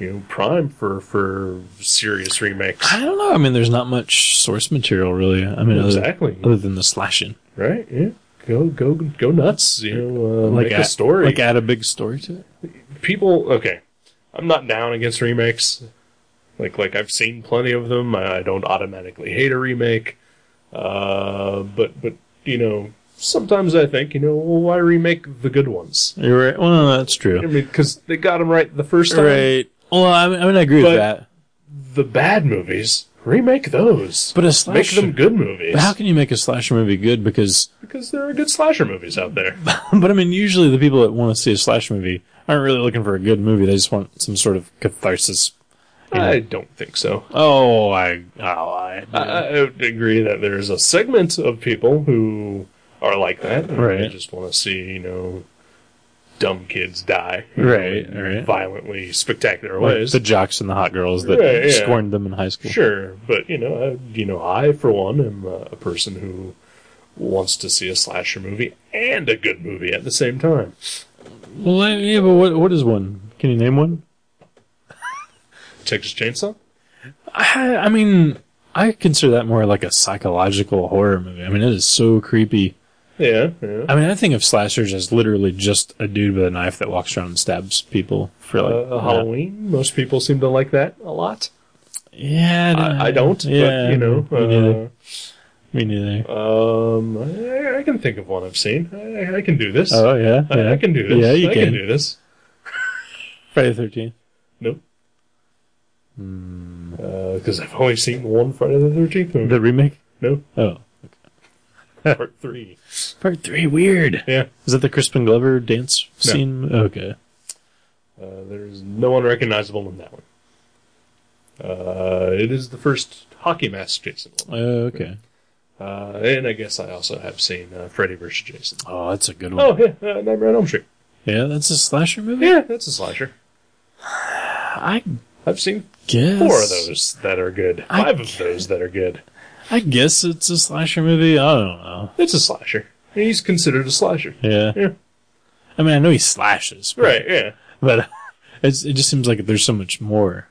A: you know, prime for for serious remakes.
B: I don't know. I mean, there's not much source material really. I mean, other-
A: Exactly.
B: Other, than the slashing,
A: Right? Yeah. Go go go nuts. You know, uh,
B: like
A: make
B: add,
A: a story.
B: like add a big story to it.
A: People. Okay, I'm not down against remakes. Like like I've seen plenty of them. I, I don't automatically hate a remake. Uh, but but you know, sometimes I think you know, well, why remake the good ones?
B: You're right. Well, no, that's
A: I
B: true.
A: mean, because they got them right the first time.
B: Right. Well, I mean, I, mean, I agree
A: But-
B: with that.
A: The bad movies, remake those.
B: But a
A: make
B: slasher.
A: them good movies.
B: but how can you make a slasher movie good? Because,
A: because there are good slasher movies out there.
B: but I mean, usually the people that want to see a slasher movie aren't really looking for a good movie. They just want some sort of catharsis.
A: I don't think so.
B: Oh, I, oh, I,
A: I, I would agree that there's a segment of people who are like that. and They
B: Right.
A: just want to see, you know, dumb kids die. you
B: Right,
A: know, in
B: right.
A: Violently spectacular
B: Like
A: ways.
B: the jocks and the hot girls that
A: Right, yeah.
B: scorned them in high school.
A: sure, but, you know, I, you know, I, for one, am uh, a person who wants to see a slasher movie and a good movie at the same time.
B: Well, I- yeah, but what what is one? Can you name one?
A: Texas Chainsaw?
B: I, I mean, I consider that more like a psychological horror movie. I mean, it is so creepy
A: Yeah, yeah.
B: I mean, I think of slashers as literally just a dude with a knife that walks around and stabs people for like
A: Uh, Halloween. Most people seem to like that a lot.
B: Yeah,
A: I, I don't, but you know,
B: me neither. Me neither.
A: uh, um, I, I can think of one I've seen. I, I can do this.
B: Oh yeah,
A: I, I can do this.
B: Yeah, you
A: I
B: can.
A: do this.
B: Friday the Thirteenth.
A: Nope. Because Uh, I've only seen one Friday the Thirteenth movie.
B: The remake.
A: no,
B: Oh,
A: part three.
B: part three. Weird.
A: Yeah,
B: Is that the Crispin Glover dance
A: No.
B: scene? Okay.
A: uh, there's no one recognizable in that one. Uh, it is the first hockey mask Jason one,
B: Oh, okay.
A: uh, and I guess I also have seen uh, Freddy vs. Jason.
B: Oh, that's a good one.
A: Oh yeah, uh, Nightmare on Elm Street.
B: Yeah, that's a slasher movie.
A: Yeah, that's a slasher.
B: I
A: I've seen
B: guess
A: four of those that are good.
B: I
A: Five of those that are good.
B: I guess it's a slasher movie. I don't know.
A: It's a slasher. He's considered a slasher.
B: Yeah.
A: Yeah.
B: I mean, I know he slashes, but,
A: Right, yeah.
B: But it's, it just seems like there's so much more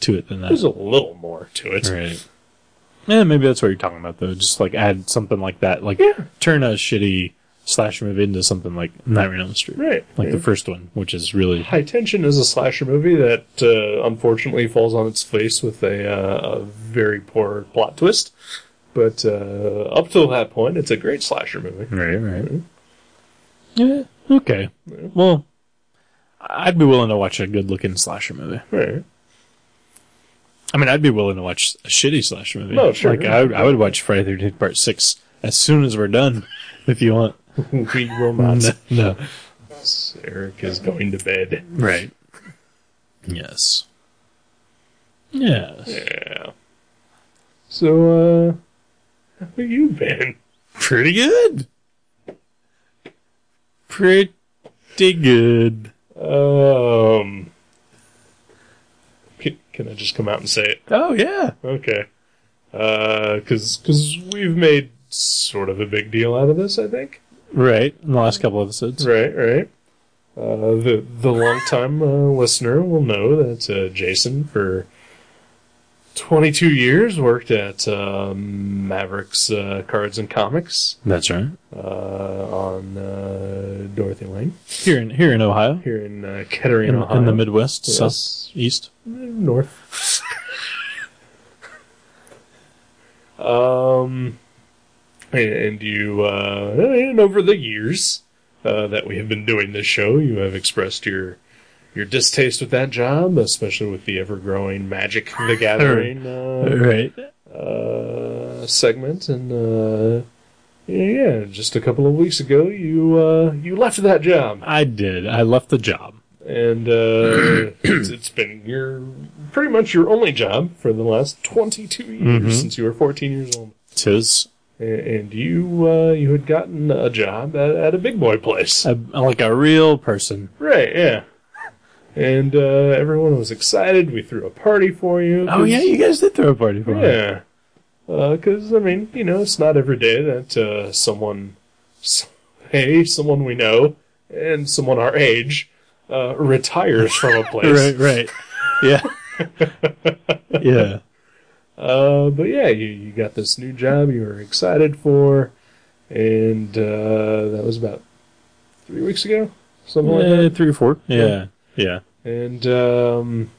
B: to it than that.
A: There's a little more to it.
B: Right. Yeah, maybe that's what you're talking about though. Just like add something like that, like
A: Yeah.
B: turn a shitty slasher movie into something like Nightmare on Elm Street,
A: Right.
B: like
A: yeah.
B: the first one, which is really
A: High Tension is a slasher movie that uh, unfortunately falls on its face with a, uh, a very poor plot twist. But uh, up till that point, it's a great slasher movie.
B: right, right. Yeah. Okay. Well, I'd be willing to watch a good-looking slasher movie.
A: Right.
B: I mean, I'd be willing to watch a shitty slasher movie.
A: No, sure.
B: Like I, would- I would watch Friday the Thirteenth Part Six as soon as we're done, if you want.
A: we will not.
B: no.
A: Eric is going to bed.
B: Right. Yes. Yes.
A: Yeah. So, uh, how have you been?
B: Pretty good. Pretty good.
A: Um, can, can I just come out and say it?
B: Oh yeah.
A: Okay. Because cause we've made sort of a big deal out of this, I think.
B: Right. In the last couple episodes.
A: Right, right. Uh, the the longtime uh, listener will know that uh, Jason, for 22 years, worked at uh, Mavericks uh, Cards and Comics
B: That's right.
A: uh, on uh, Dorothy Lane
B: Here in here in Ohio.
A: here in uh, Kettering,
B: In,
A: Ohio.
B: in the Midwest,
A: Yes.
B: South, East.
A: north. um, and you, uh, and over the years uh, that we have been doing this show, you have expressed your your distaste with that job, especially with the ever growing Magic the Gathering uh,
B: Right.
A: uh, segment. And uh, yeah, just a couple of weeks ago, you uh, you left that job
B: I did. I left the job.
A: and uh, it's, it's been your pretty much your only job for the last 22 years
B: Mm-hmm.
A: since you were 14 years old.
B: Tis
A: A- And you uh, you had gotten a job at, at a big boy place,
B: a, like a real person.
A: right? Yeah. And uh, everyone was excited. We threw a party for you.
B: Oh yeah, you guys did throw a party for me.
A: yeah. Because I mean, you know, it's not every day that uh, someone, s- hey, someone we know, and someone our age, uh, retires from a place.
B: Right. Right. Yeah. yeah.
A: Uh, but yeah, you, you got this new job you were excited for, and uh, that was about three weeks ago, something like
B: Eh,
A: that.
B: three or four. Yeah. Yeah.
A: And um,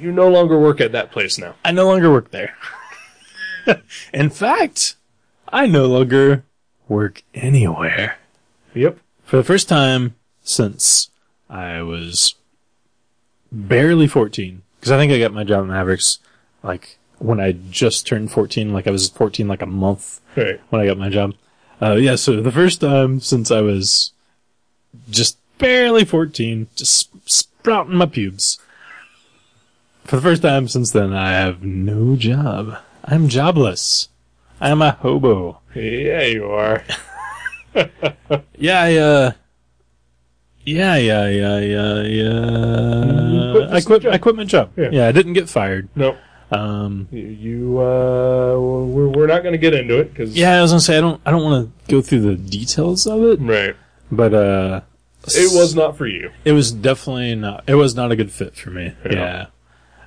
A: you no longer work at that place now.
B: I no longer work there. In fact, I no longer work anywhere.
A: Yep.
B: For the first time since I was barely 14, because I think I got my job at Mavericks like when I just turned 14, like I was 14 like a month
A: Right.
B: when I got my job. Uh, yeah, so the first time since I was just barely 14, just sprouting my pubes. For the first time since then, I have no job. I'm jobless. I'm a hobo.
A: Yeah, you are.
B: Yeah, I, uh, yeah, yeah, yeah, yeah,
A: You quit
B: yeah. I
A: this
B: quit.
A: Mm-hmm. job.
B: I quit my job.
A: Yeah.
B: yeah, I didn't get fired.
A: No,
B: Um,
A: you. you uh, we're we're not going to get into it because
B: yeah, I was gonna say I don't. I don't want to go through the details of it,
A: Right.
B: but uh,
A: It was not for you.
B: It was definitely not. It was not a good fit for me.
A: Yeah.
B: Yeah.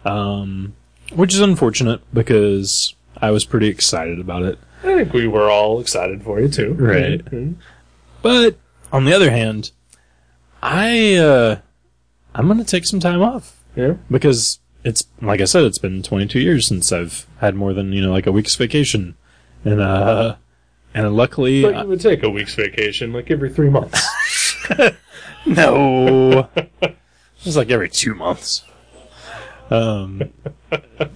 B: Um, which is unfortunate because I was pretty excited about it.
A: I think we were all excited for you too.
B: Right.
A: Mhm.
B: But on the other hand, I uh, I'm gonna take some time off
A: Yeah.
B: because it's like I said, it's been 22 years since I've had more than you know like a week's vacation, and uh, and luckily,
A: But you would take a week's vacation, like every three months.
B: no, it's like every two months. Um, but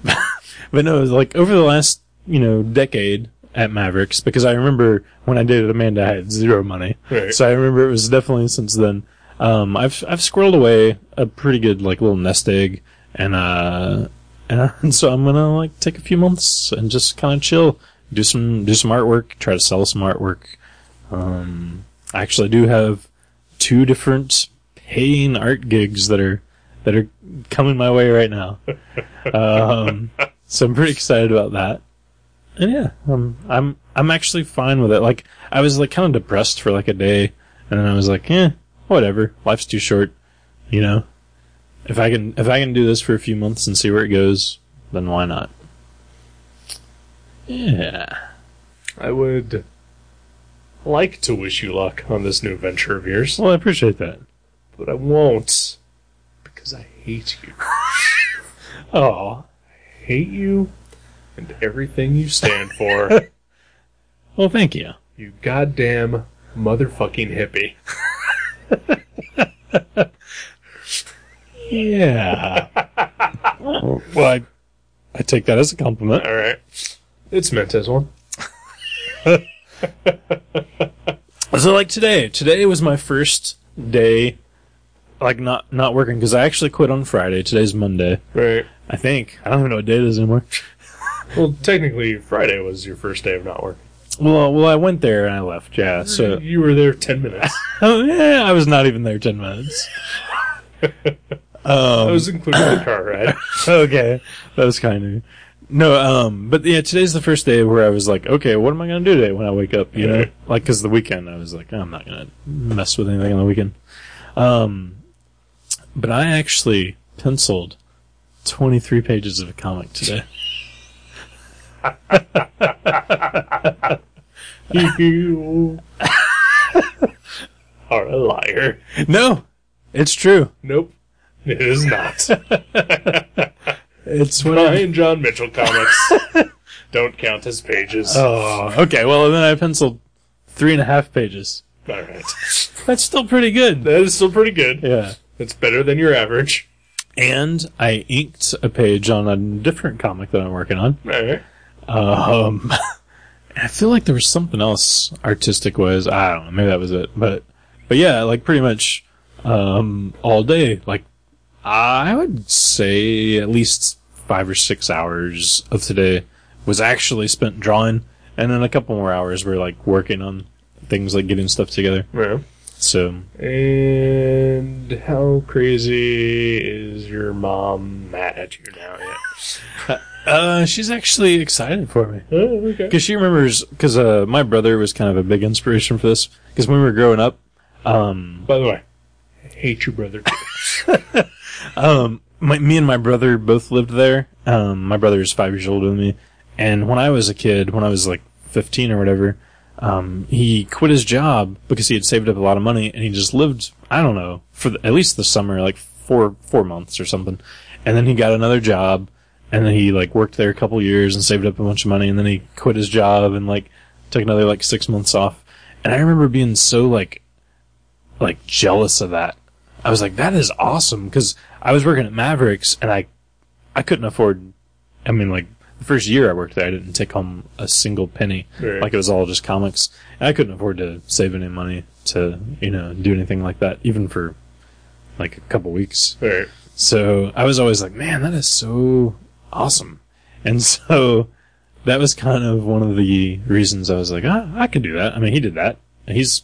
B: no, it was like over the last you know decade at Mavericks because I remember when I dated Amanda, I had zero money,
A: Right.
B: so I remember it was definitely since then. Um, I've I've squirreled away a pretty good like little nest egg, and uh, and so I'm gonna like take a few months and just kind of chill, do some do some artwork, try to sell some artwork. Um, I actually do have two different paying art gigs that are that are coming my way right now. Um, so I'm pretty excited about that. And yeah, um, I'm I'm actually fine with it. Like I was like kind of depressed for like a day, and then I was like, eh, whatever. Life's too short, you know. If I can if I can do this for a few months and see where it goes, then why not? Yeah.
A: I would like to wish you luck on this new venture of yours,
B: Well, I appreciate that.
A: but I won't because I hate you.
B: Oh.
A: hate you and everything you stand for.
B: Well, thank you.
A: you goddamn motherfucking hippie.
B: Yeah. well, I, I take that as a compliment.
A: All right. It's meant as one.
B: So like today, today was my first day, like not not working because I actually quit on Friday. Today's Monday,
A: Right.
B: I think. I don't even know what day it is anymore.
A: Well, technically, Friday was your first day of not working.
B: Well, well, I went there and I left. Yeah, so
A: You were there 10 minutes.
B: oh, yeah, I was not even there ten minutes.
A: I was including the car ride.
B: okay, that was kind of you. no. Um, but yeah, today's the first day where I was like, okay, what am I gonna do today when I wake up? You know,
A: Yeah.
B: like because the weekend I was like, I'm not gonna mess with anything on the weekend. Um, but I actually penciled 23 pages of a comic today.
A: you are a liar.
B: no, it's true.
A: Nope. It is not.
B: It's what I.
A: Brian John Mitchell comics don't count as pages.
B: Oh, okay. Well, then I penciled three and a half pages.
A: All right.
B: That's still pretty good.
A: That is still pretty good.
B: Yeah.
A: It's better than your average.
B: And I inked a page on a different comic that I'm working on.
A: All right.
B: Um, I feel like there was something else artistic was. I don't know. Maybe that was it. But, but yeah, like pretty much, um, all day. Like, I would say at least five or six hours of today was actually spent drawing, and then a couple more hours were like working on things like getting stuff together.
A: Yeah.
B: So
A: And how crazy is your mom mad at you now yet?
B: Uh, she's actually excited for me
A: Oh, okay.
B: because she remembers because uh, my brother was kind of a big inspiration for this because when we were growing up, um,
A: By the way, I hate you, brother.
B: um, my, me and my brother both lived there. Um, my brother is five years older than me, and when I was a kid, when I was like fifteen or whatever, um, he quit his job because he had saved up a lot of money and he just lived. I don't know for the, at least the summer, like four four months or something, and then he got another job. and then he like worked there a couple years and saved up a bunch of money and then he quit his job and like took another like six months off and i remember being so like like jealous of that i was like that is awesome because i was working at mavericks and i i couldn't afford i mean like the first year i worked there i didn't take home a single penny
A: Right.
B: like it was all just comics and i couldn't afford to save any money to you know do anything like that even for like a couple weeks
A: All right.
B: so I was always like, man, that is so awesome. And so that was kind of one of the reasons I was like, ah, I could do that. I mean, he did that. He's,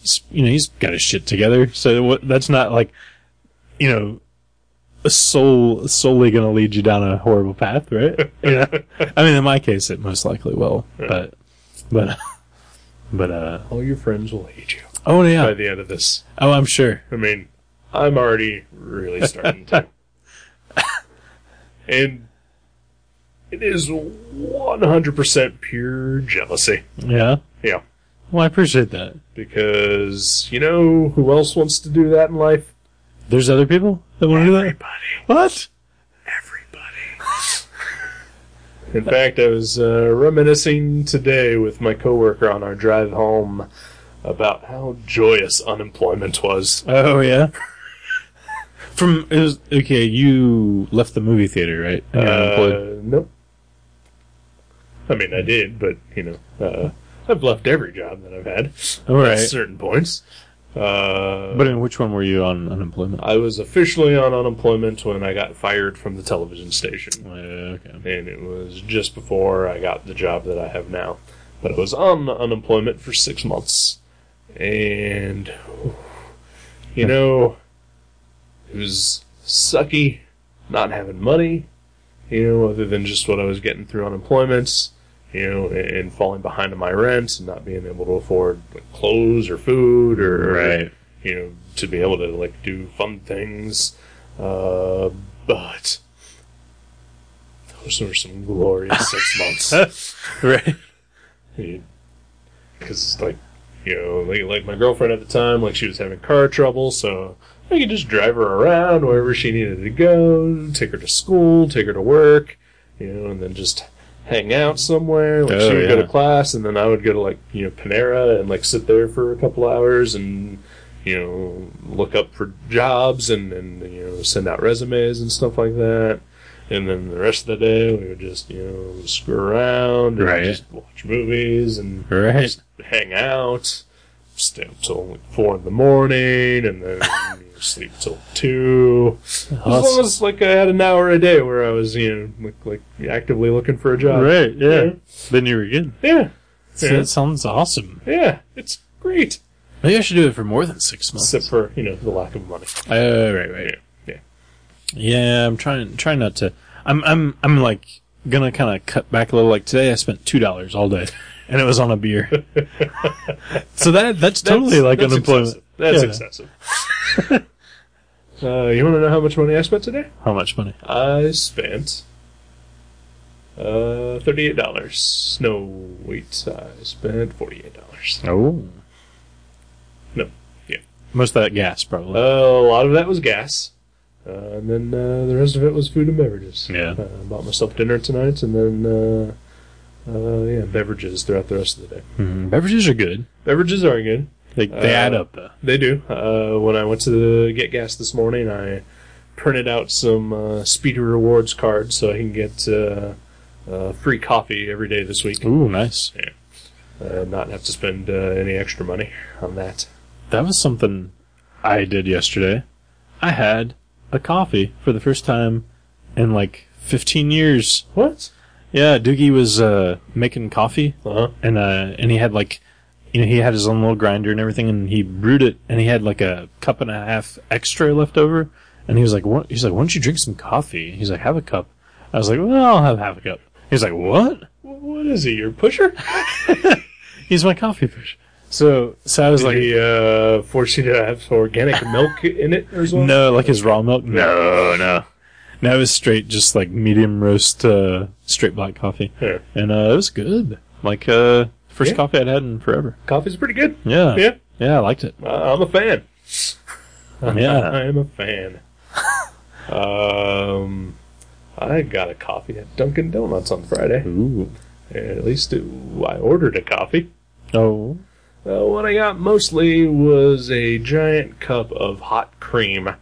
B: he's you know, he's got his shit together. So what, that's not like, you know, a soul solely going to lead you down a horrible path, right? You know? I mean, in my case, it most likely will, but, but, but, uh,
A: All your friends will hate you
B: oh
A: by
B: yeah.
A: the end of this.
B: Oh, I'm sure.
A: I mean, I'm already really starting to. and It is 100% pure jealousy.
B: Yeah.
A: Yeah.
B: Well, I appreciate that.
A: Because, you know, who else wants to do that in life?
B: There's other people that want to do that.
A: Everybody.
B: What?
A: Everybody. In fact, I was uh, reminiscing today with my coworker on our drive home about how joyous unemployment was.
B: Oh yeah. From it was okay. You left the movie theater, right? And you're unemployed.
A: Uh, nope. I mean, I did, but you know, uh, I've left every job that I've had
B: All
A: at
B: right.
A: certain points. Uh,
B: But in which one were you on unemployment?
A: I was officially on unemployment when I got fired from the television
B: Uh,
A: station,
B: okay.
A: and it was just before I got the job that I have now. But I was on unemployment for six months, and you know, it was sucky not having money, you know, other than just what I was getting through unemployment, you know, and, and falling behind on my rent and not being able to afford like, clothes or food or
B: Right.
A: you know, to be able to like do fun things. Uh, but those were some glorious six months.
B: Right.
A: Because like, you know, like, like my girlfriend at the time, like she was having car trouble, so I could just drive her around wherever she needed to go, take her to school, take her to work, you know, and then just hang out somewhere. Like
B: Oh,
A: she would go
B: yeah.
A: to class, and then I would go to like you know Panera and like sit there for a couple hours and you know look up for jobs and and you know send out resumes and stuff like that. And then the rest of the day, we would just you know screw around and
B: Right.
A: just watch movies and
B: Right.
A: just hang out, stay up till like four in the morning, and then you know, sleep till two. As long as like I had an hour a day where I was you know like, like actively looking for a job.
B: Right. Yeah.
A: Yeah.
B: Then you were good.
A: Yeah,
B: So
A: Yeah.
B: That sounds awesome.
A: yeah, it's great.
B: Maybe I should do it for more than six months.
A: Except for you know the lack of money.
B: Uh, right, right.
A: Yeah.
B: Yeah, I'm trying trying not to. I'm I'm I'm like gonna kind of cut back a little. Like today, I spent two dollars all day, and it was on a beer. so that that's totally
A: That's-
B: like
A: that's
B: unemployment.
A: excessive. That's
B: Yeah.
A: excessive. uh, you want to know how much money I spent today?
B: How much money?
A: I spent uh, thirty-eight dollars. No, wait, I spent forty-eight dollars.
B: Oh,
A: No, yeah.
B: most of that gas probably.
A: Uh, a lot of that was gas, uh, and then uh, the rest of it was food and beverages.
B: Yeah.
A: uh, bought myself dinner tonight, and then uh, uh, yeah, beverages throughout the rest of the day.
B: Mhm. Beverages are good.
A: Beverages are good.
B: They they
A: Uh,
B: add up though.
A: They do. Uh, when I went to get gas this morning, I printed out some uh, Speedy Rewards cards so I can get uh, uh, free coffee every day this week.
B: Ooh, nice.
A: Uh, not have to spend uh, any extra money on that.
B: That was something I did yesterday. I had a coffee for the first time in like 15 years.
A: What?
B: Yeah, Doogie was uh, making coffee
A: Uh huh.
B: and uh, and he had like you know he had his own little grinder and everything and he brewed it and he had like a cup and a half extra left over and he was like what he's like why don't you drink some coffee he's like have a cup I was like well I'll have half a cup he's like what
A: What is he? Your pusher?
B: he's my coffee fish so so I was
A: Did
B: like
A: he uh, force you to have some organic milk in it or something?
B: no like his raw milk
A: No, no.
B: no it was straight just like medium roast uh, straight black coffee
A: Yeah.
B: and uh, it was good like uh first
A: Yeah.
B: coffee I'd had in forever
A: Coffee's pretty good.
B: yeah
A: Yeah,
B: yeah I liked it
A: uh, I'm a fan.
B: yeah
A: I am a fan. um, I got a coffee at Dunkin' Donuts on Friday.
B: ooh
A: At least it, I ordered a coffee.
B: oh
A: Uh, what I got mostly was a giant cup of hot cream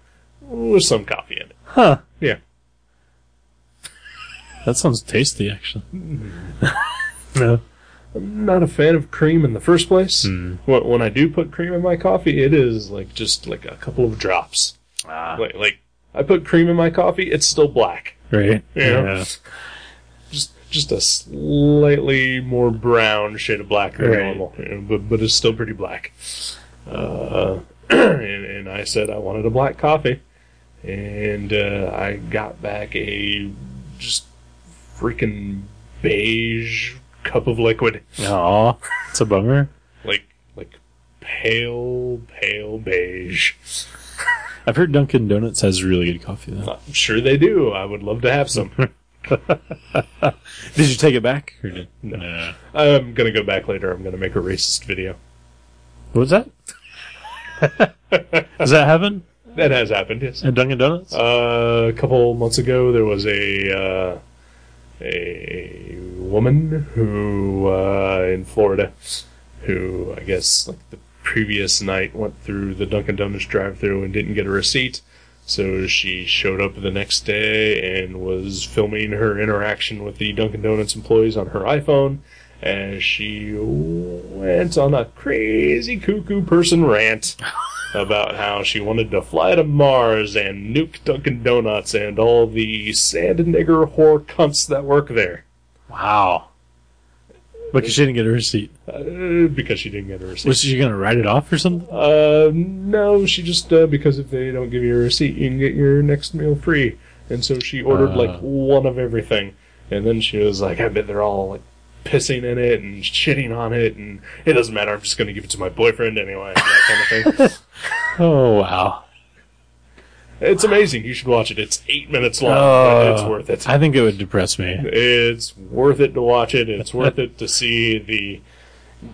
A: with some coffee in it.
B: huh
A: Yeah.
B: That sounds tasty, actually. no.
A: not a fan of cream in the first place.
B: Hmm.
A: When, when I do put cream in my coffee, it is like just like a couple of drops.
B: Ah.
A: Like, like I put cream in my coffee, it's still black.
B: Right?
A: Yeah. Just just a slightly more brown shade of black than
B: Right.
A: normal, you know, but but it's still pretty black. Uh, and, and I said I wanted a black coffee, and uh, I got back a just freaking beige cup of liquid.
B: Aw, it's a bummer.
A: like like pale pale beige
B: I've heard Dunkin' Donuts has really good coffee, though.
A: i'm sure they do i would love to have some
B: Did you take it back? Or did, no.
A: I'm gonna go back later. I'm gonna make a racist video.
B: What was that? Does that happen
A: That has happened. Yes.
B: at Dunkin' Donuts?
A: Uh, a couple months ago, there was a uh, a woman who uh, in Florida, who I guess like the previous night went through the Dunkin' Donuts drive-through and didn't get a receipt. So she showed up the next day and was filming her interaction with the Dunkin' Donuts employees on her iPhone. And she went on a crazy cuckoo person rant about how she wanted to fly to Mars and nuke Dunkin' Donuts and all the sad nigger whore cunts that work there.
B: wow. Because she didn't get a receipt.
A: Uh, because she didn't get a receipt.
B: Was she going to write it off or something?
A: uh, no, she just, uh, because if they don't give you a receipt, you can get your next meal free. And so she ordered,
B: Ah.
A: like, one of everything. And then she was like, I bet they're all, like, pissing in it and shitting on it, and it doesn't matter, I'm just gonna give it to my boyfriend anyway, that kind of thing.
B: Oh, wow.
A: It's amazing. You should watch it. It's eight minutes long, but
B: Oh,
A: it's worth it.
B: I think it would depress me.
A: It's worth it to watch it. It's worth it to see the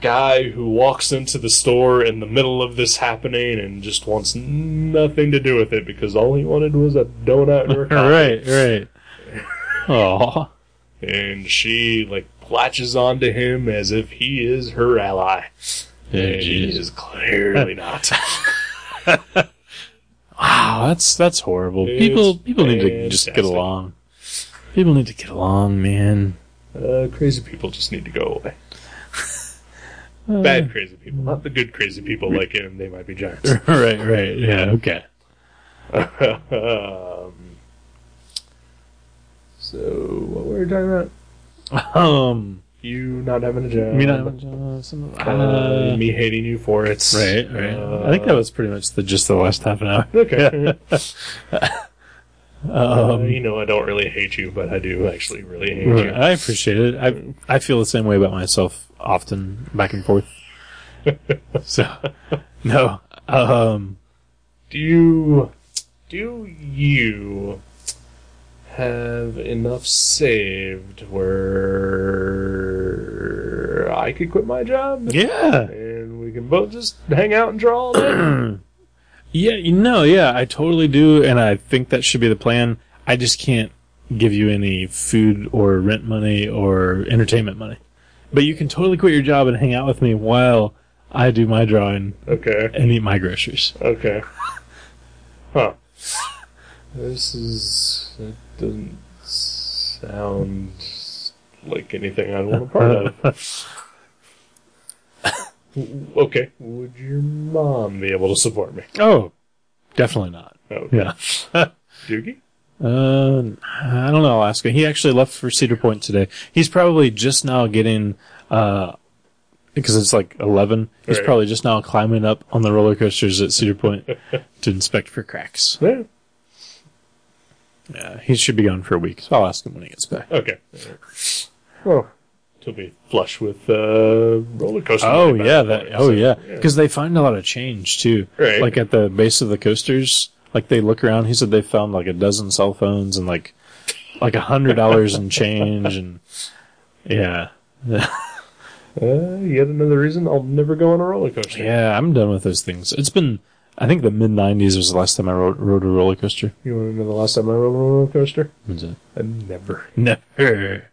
A: guy who walks into the store in the middle of this happening and just wants nothing to do with it because all he wanted was a donut or a coffee.
B: right, right. Oh,
A: And she like latches onto him as if he is her ally.
B: Yeah,
A: and he
B: Oh, jeez.
A: is clearly not.
B: wow, that's that's horrible.
A: It's
B: people people need to just get
A: fantastic.
B: along. People need to get along, man.
A: Uh, crazy people just need to go away.
B: Uh,
A: Bad crazy people, not the good crazy people like him. They might be giants.
B: right, right. Yeah, okay.
A: um, so what were we talking about?
B: Um,
A: You not having a job.
B: me not uh, some,
A: Uh,
B: uh,
A: me hating you for it.
B: Right, right. I think that was pretty much the just the last half an hour.
A: Okay. Uh,
B: Um,
A: you know, I don't really hate you, but I do actually really hate you.
B: I appreciate it. I I feel the same way about myself often, back and forth. so, no. Um,
A: Do you do you have enough saved where I could quit my job
B: yeah,
A: and we can both just hang out and draw all day?
B: yeah. You know, yeah. I totally do, and I think that should be the plan. I just can't give you any food or rent money or entertainment money, but you can totally quit your job and hang out with me while I do my drawing
A: okay.
B: and eat my groceries.
A: Okay. Huh. This is. It doesn't sound like anything I'd want a part of. W- okay. Would your mom be able to support me?
B: Oh, definitely not.
A: Okay.
B: Yeah.
A: Doogie?
B: Uh, I don't know. I'll ask him. He actually left for Cedar Point today. He's probably just now getting, uh, because it's like 11. He's
A: Right.
B: probably just now climbing up on the roller coasters at Cedar Point to inspect for cracks.
A: Yeah.
B: Yeah, he should be gone for a week, so I'll ask him when he gets back.
A: Okay. Oh. She'll be flush with uh, roller coaster.
B: Oh
A: money by
B: yeah,
A: that
B: that.
A: point,
B: Oh
A: so,
B: yeah, because they find a lot of change too.
A: Right.
B: Like at the base of the coasters, like they look around. He said they found like a dozen cell phones and like like a hundred dollars in change and yeah,
A: Uh, yet another reason I'll never go on a roller coaster.
B: yeah. I'm done with those things. It's been. I think the mid '90s was the last time I rode, rode a roller coaster.
A: You want to know the last time I rode a roller coaster?
B: Was it?
A: I never.
B: Never.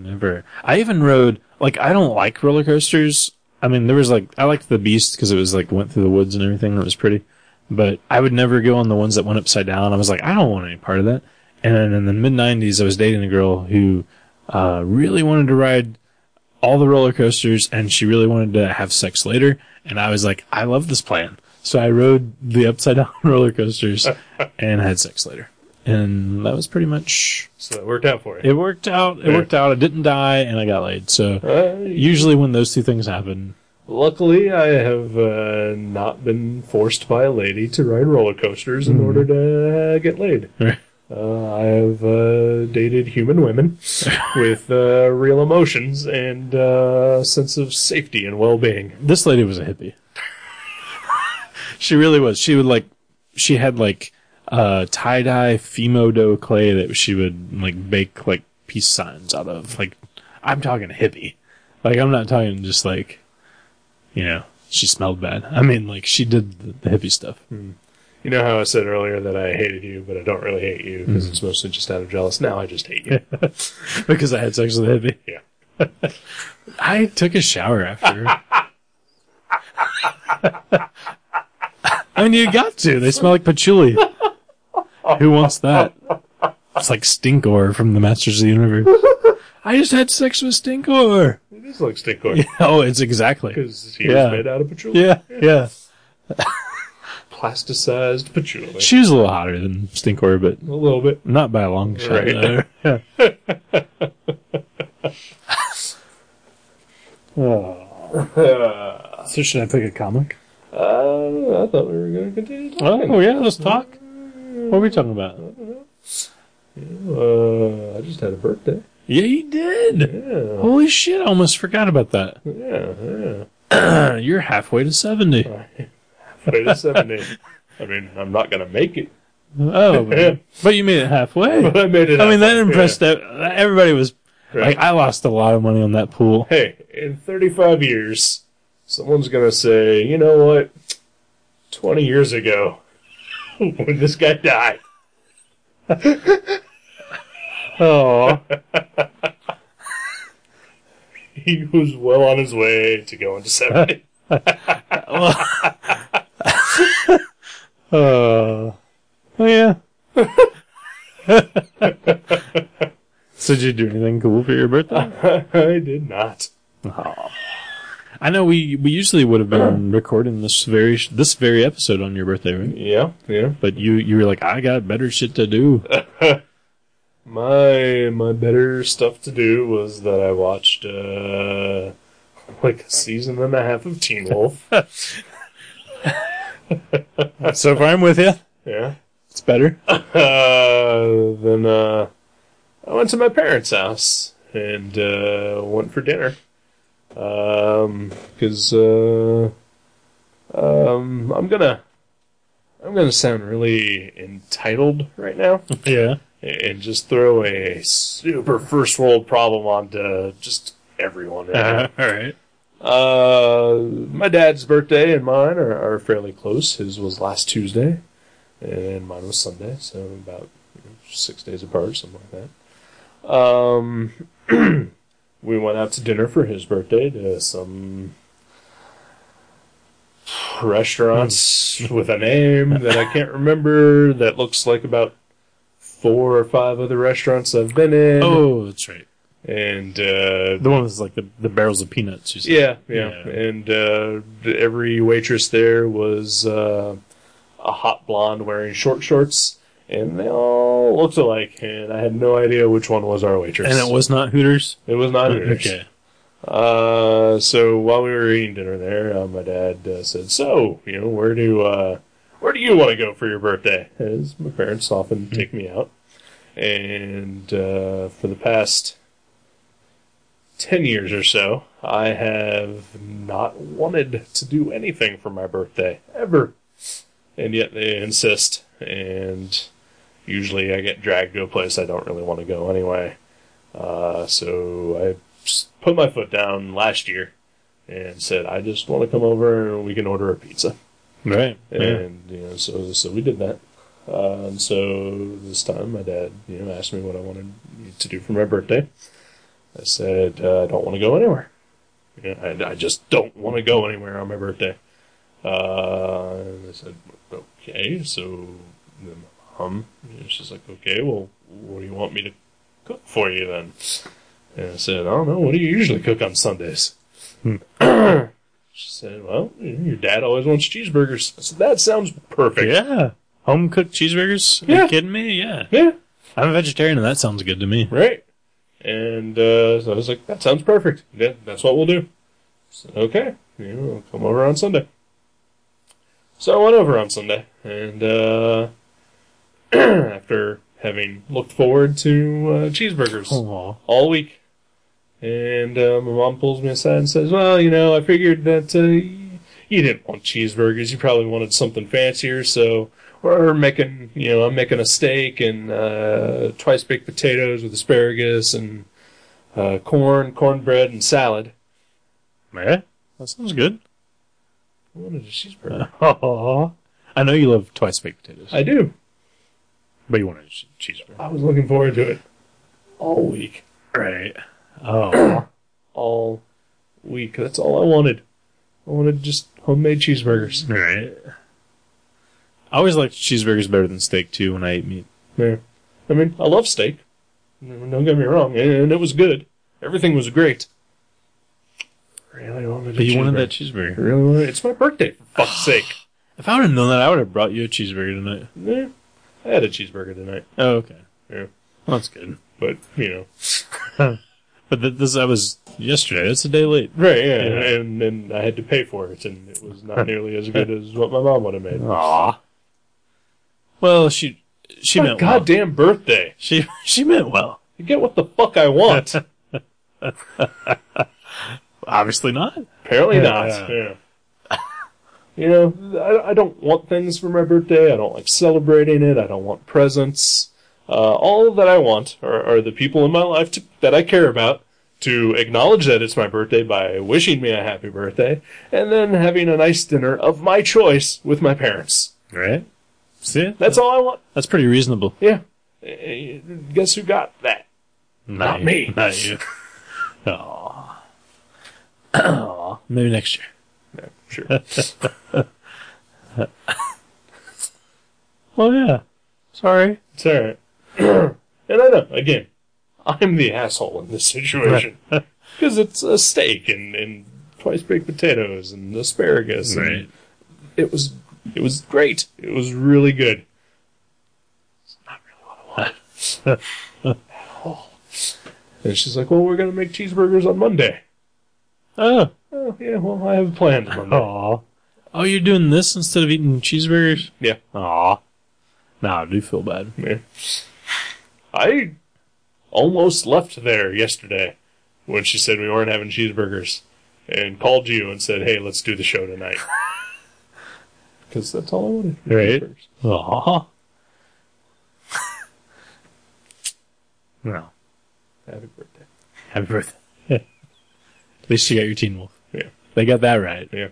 B: Never. I even rode, like, I don't like roller coasters. I mean, there was like, I liked the Beast because it was like, went through the woods and everything. That was pretty. But I would never go on the ones that went upside down. I was like, I don't want any part of that. And then in the mid 90s, I was dating a girl who uh, really wanted to ride all the roller coasters and she really wanted to have sex later. And I was like, I love this plan. So I rode the upside down roller coasters and had sex later. And that was pretty much
A: So that worked out for you.
B: it worked out. It
A: Yeah.
B: worked out. I didn't die, and I got laid. So
A: Uh,
B: usually, when those two things happen,
A: luckily, I have uh, not been forced by a lady to ride roller coasters
B: Mm-hmm.
A: in order to uh, get laid. Uh, I have uh, dated human women with uh, real emotions and uh, sense of safety and well-being.
B: this lady was a hippie. she really was. She would like. She had like uh, tie dye Fimo dough clay that she would like bake like peace signs out of. Like I'm talking hippie. Like I'm not talking just like you know she smelled bad. I mean like she did the, the hippie stuff.
A: You know how I said earlier that I hated you, but I don't really hate you because
B: Mm-hmm.
A: it's mostly just out of jealous. Now I just hate you.
B: because I had sex with a hippie.
A: Yeah.
B: I took a shower after. I mean, you got to. They smell like patchouli. Who wants that? It's like Stinkor from the Masters of the Universe. I just had sex with Stinkor.
A: it is like stinkor
B: Oh, it's exactly.
A: because he was
B: Yeah.
A: made out of patchouli,
B: Yeah, yeah.
A: plasticized patchouli.
B: She was a little hotter than Stinkor, but
A: a little bit.
B: not by a long shot.
A: Right.
B: though. Yeah. So should I pick a comic?
A: Uh, I thought we were going to continue talking.
B: Oh yeah, let's talk. What are we talking about?
A: Uh, I just had a birthday.
B: Yeah, you did.
A: Yeah,
B: Holy shit, I almost forgot about that. Uh,
A: yeah, yeah.
B: You're halfway to 70.
A: Wait a seventy. I mean, I'm not going to make it,
B: Oh, but- but you made it halfway.
A: but I made it.
B: I mean, that
A: happen.
B: impressed ev- everybody. Was
A: Yeah,
B: like,
A: right.
B: I lost a lot of money on that pool.
A: hey, in 35 years, someone's going to say, you know what? 20 years ago, when this guy died,
B: Oh,
A: he was well on his way to going to 70.
B: oh, yeah. so, did you do anything cool for your birthday?
A: I did not.
B: I know we we usually would have been recording this very sh- this very episode on your birthday, right?
A: Yeah, yeah.
B: But you you were like, I got better shit to do.
A: My my better stuff to do was that I watched uh, like a season and a half of Teen Wolf.
B: so far, I'm with you.
A: yeah.
B: It's better.
A: Uh, then uh, I went to my parents' house and uh, went for dinner. Um, because uh, um, I'm gonna I'm gonna sound really entitled right now
B: Yeah.
A: and just throw a super first world problem onto just everyone. Right now.
B: all right.
A: Uh, my dad's birthday and mine are, are fairly close. His was last Tuesday, and mine was Sunday, so about you know, six days apart, something like that. Um, we went out to dinner for his birthday to some restaurants with a name that I can't remember that looks like about four or five other restaurants I've been in.
B: Oh, that's right.
A: And uh,
B: The one that's like the, the barrels of peanuts. You said.
A: yeah, yeah,
B: Yeah.
A: And uh, every waitress there was uh, a hot blonde wearing short shorts, and they all looked alike. And I had no idea which one was our waitress.
B: And it was not Hooters.
A: it was not hers.
B: Okay.
A: Uh, so while we were eating dinner there, uh, my dad uh, said, "So, you know, where do uh, where do you want to go for your birthday?" As my parents often take me out, and uh, for the past ten years or so, I have not wanted to do anything for my birthday ever, and yet they insist, and usually I get dragged to a place I don't really want to go anyway. Uh, so I s- put my foot down last year and said, I just want to come over and we can order a pizza.
B: Right. Yeah.
A: And, you know, so, so we did that. Uh, and so this time my dad, you know, asked me what I wanted to do for my birthday. I said, uh, I don't want to go anywhere. You know, I, I just don't want to go anywhere on my birthday. Uh, and they said, okay, so then um, my mom, you know, she's like, okay, well, what do you want me to cook for you then? And I said, I don't know, what do you usually cook on Sundays? she said, well, you know, your dad always wants cheeseburgers. I said, that sounds perfect.
B: Yeah. Home cooked cheeseburgers? Are
A: Yeah.
B: you kidding me? Yeah.
A: yeah.
B: I'm a vegetarian and that sounds good to me.
A: Right. And uh, so I was like, that sounds perfect. Yeah, that's what we'll do. So, okay. You know, I'll come over on Sunday. So I went over on Sunday. And uh, after having looked forward to uh, cheeseburgers
B: Oh.
A: all week. And uh, my mom pulls me aside and says, "Well, you know, I figured that uh, you didn't want cheeseburgers. You probably wanted something fancier, so or making you know I'm making a steak and uh, twice baked potatoes with asparagus and uh, corn, cornbread, and salad.
B: Yeah, that sounds good.
A: I wanted a cheeseburger.
B: I know you love twice baked potatoes,
A: I do.
B: but you wanted a che- cheeseburger,
A: I was looking forward to it all week,
B: right? Oh,
A: all week. That's all I wanted. I wanted just homemade cheeseburgers.
B: right. I always liked cheeseburgers better than steak too when I ate meat.
A: Yeah. I mean, I love steak. Don't get me wrong, and it was good. Everything was great. Really wanted.
B: But
A: a
B: you wanted
A: cheeseburger.
B: that Ah. cheeseburger.
A: Really wanted. It's my birthday. For fuck's sake.
B: If I would have known that, I would have brought you a cheeseburger tonight.
A: Yeah, I had a cheeseburger tonight,
B: Oh, okay.
A: Yeah.
B: well, that's good.
A: but you know,
B: But th- this I was yesterday. It's a day late.
A: right? Yeah,
B: Yeah.
A: And, and I had to pay for it, and it was not nearly as good as what my mom would have made.
B: Aw. Well, she she
A: my
B: meant well.
A: goddamn birthday!
B: She she meant well.
A: You get what the fuck I want.
B: Obviously not.
A: Apparently
B: Yeah.
A: not. Yeah. you know, I, I don't want things for my birthday. I don't like celebrating it. I don't want presents. Uh, all that I want are, are the people in my life to, that I care about to acknowledge that it's my birthday by wishing me a happy birthday and then having a nice dinner of my choice with my parents.
B: Right? See?
A: That's all I want.
B: That's pretty reasonable.
A: Yeah. Uh, Guess who got that? Not
B: you-
A: me.
B: Not you. Aw. Aw. Maybe next year.
A: Sure.
B: Well, Oh, yeah. Sorry.
A: It's alright. and I know, again, I'm the asshole in this situation. Because it's a steak and, and twice baked potatoes and asparagus. and
B: Right.
A: It was it was great. It was really good. It's not really what I wanted. At all. And she's like, Well, we're gonna make cheeseburgers on Monday.
B: Oh.
A: Oh yeah, well I have planned Monday.
B: Aw. Oh, you're doing this instead of eating cheeseburgers?
A: Yeah.
B: Aw. Nah, I do feel bad.
A: Yeah. I almost left there yesterday when she said we weren't having cheeseburgers and called you and said, hey, let's do the show tonight. Because that's all I wanted. was
B: Right.
A: cheeseburgers.
B: Aw. well,
A: Happy birthday.
B: happy birthday. At least you got your Teen Wolf.
A: Yeah.
B: They got that right.
A: Yeah.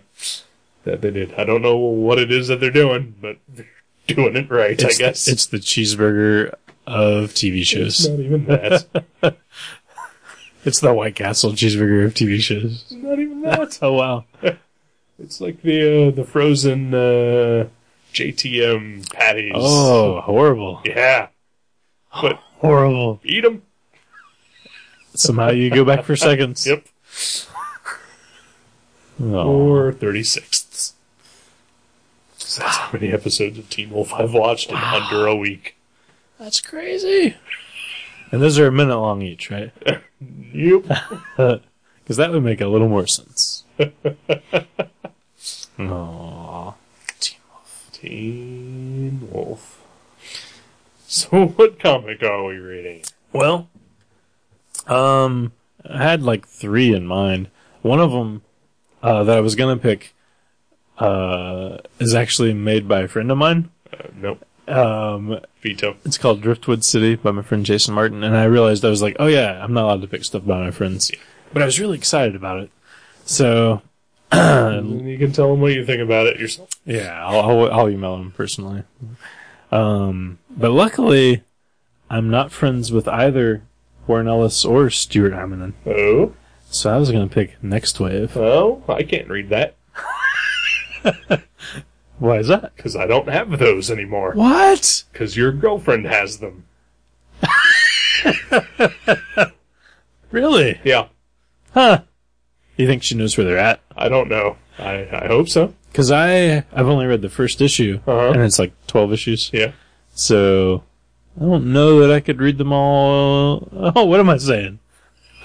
A: That they did. I don't know what it is that they're doing, but they're doing it right, I
B: It's-
A: guess.
B: It's the cheeseburger of TV shows.
A: It's not even that.
B: It's the White Castle cheeseburger of TV shows.
A: it's not even that.
B: Oh wow!
A: It's like the uh, the frozen uh, JTM patties.
B: Oh, horrible!
A: Yeah. But
B: Horrible.
A: eat them.
B: Somehow you go back for seconds.
A: Yep.
B: Oh.
A: or 36th. So That's how many episodes of Teen Wolf I've watched in under a week.
B: That's crazy. And those are a minute long each, right?
A: Yep.
B: Because that would make a little more sense. Oh.
A: Teen Wolf. So what comic are we reading?
B: Well, um, I had like three in mind. One of them uh, that I was gonna pick uh, is actually made by a friend of mine.
A: Uh, nope.
B: Um,
A: Veto.
B: It's called Driftwood City by my friend Jason Martin, and I realized I was like, oh yeah, I'm not allowed to pick stuff by my friends, but I was really excited about it. So
A: And you can tell them what you think about it yourself.
B: yeah, I'll, I'll, I'll email him personally. Um, but luckily, I'm not friends with either Warren Ellis or Stuart Eminem,
A: Oh?
B: so I was gonna pick Next Wave.
A: Well, I can't read that
B: Why is that?
A: because I don't have those anymore.
B: What?
A: Because your girlfriend has them.
B: Really?
A: Yeah.
B: Huh? You think she knows where they're at?
A: I don't know. I, I hope so.
B: Because I I've only read the first issue,
A: Uh-huh.
B: and it's like twelve issues.
A: Yeah.
B: So I don't know that I could read them all. Oh, what am I saying?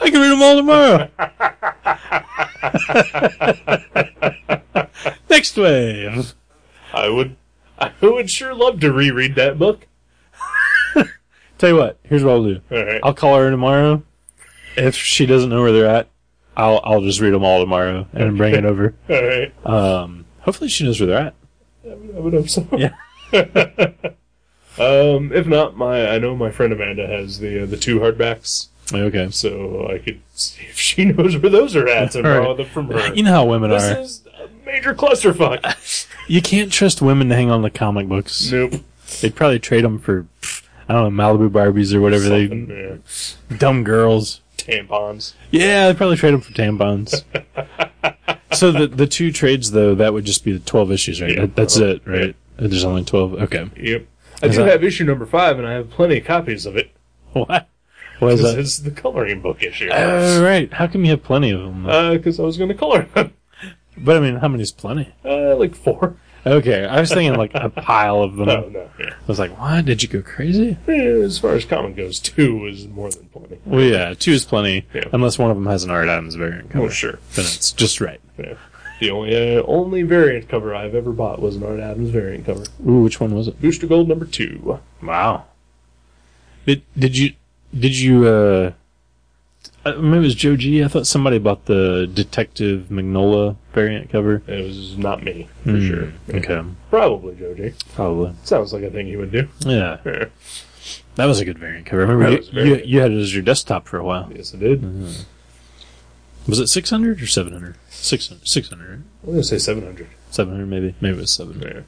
B: I can read them all tomorrow. Next wave.
A: I would. I would sure love to reread that book.
B: Tell you what, here's what I'll do.
A: All right.
B: I'll call her tomorrow. If she doesn't know where they're at, I'll I'll just read them all tomorrow and bring it over.
A: All right.
B: Um, hopefully she knows where they're at.
A: I would hope so.
B: Yeah.
A: Um, if not, my I know my friend Amanda has the uh, the two hardbacks,
B: Okay.
A: so I could see if she knows where those are at and
B: All right.
A: borrow them from her.
B: You know how women
A: this
B: are.
A: is a major clusterfuck.
B: you can't trust women to hang on to comic books.
A: nope.
B: They'd probably trade them for, pff, I don't know, Malibu Barbies or whatever
A: Something, yeah.
B: they, dumb girls.
A: Tampons.
B: Yeah, I'd probably trade them for tampons. so the the two trades though, that would just be the twelve issues, right?
A: Yeah.
B: That- that's it, right? There's only twelve. Okay.
A: Yep. I
B: Is
A: do
B: that-
A: have issue number five, and I have plenty of copies of it.
B: What? What is
A: This
B: that?
A: is the coloring book issue.
B: Oh, right. How come you have plenty of them? though?
A: Because I was going to color them.
B: but I mean, how many's plenty?
A: Uh, like four.
B: Okay, I was thinking like a pile of them.
A: No, no. Yeah.
B: I was like, what? Did you go crazy?
A: Eh, As far as common goes, two is more than plenty.
B: Well, yeah, two is plenty,
A: Yeah.
B: unless one of them has an Art Adams variant cover.
A: Oh, sure.
B: Then it's just right.
A: Yeah. The only uh, only variant cover I've ever bought was an Art Adams variant cover.
B: Ooh, which one was it?
A: Booster Gold number two.
B: Wow. Did did you did you uh uh, maybe it was Joe G. I thought somebody bought the Detective Magnola variant cover.
A: It was not me, for
B: Hmm,
A: sure.
B: Okay.
A: Probably Joji.
B: Probably.
A: Sounds like a thing he would do.
B: Yeah.
A: Yeah.
B: That was a good variant cover. I remember
A: That
B: you,
A: was very
B: you,
A: good.
B: you had it as your desktop for a while.
A: Yes, it did.
B: Mm-hmm. Was it 600 or 700? 600. 600. right?
A: I'm going to say 700.
B: 700 maybe. Maybe it was 700.
A: Yeah.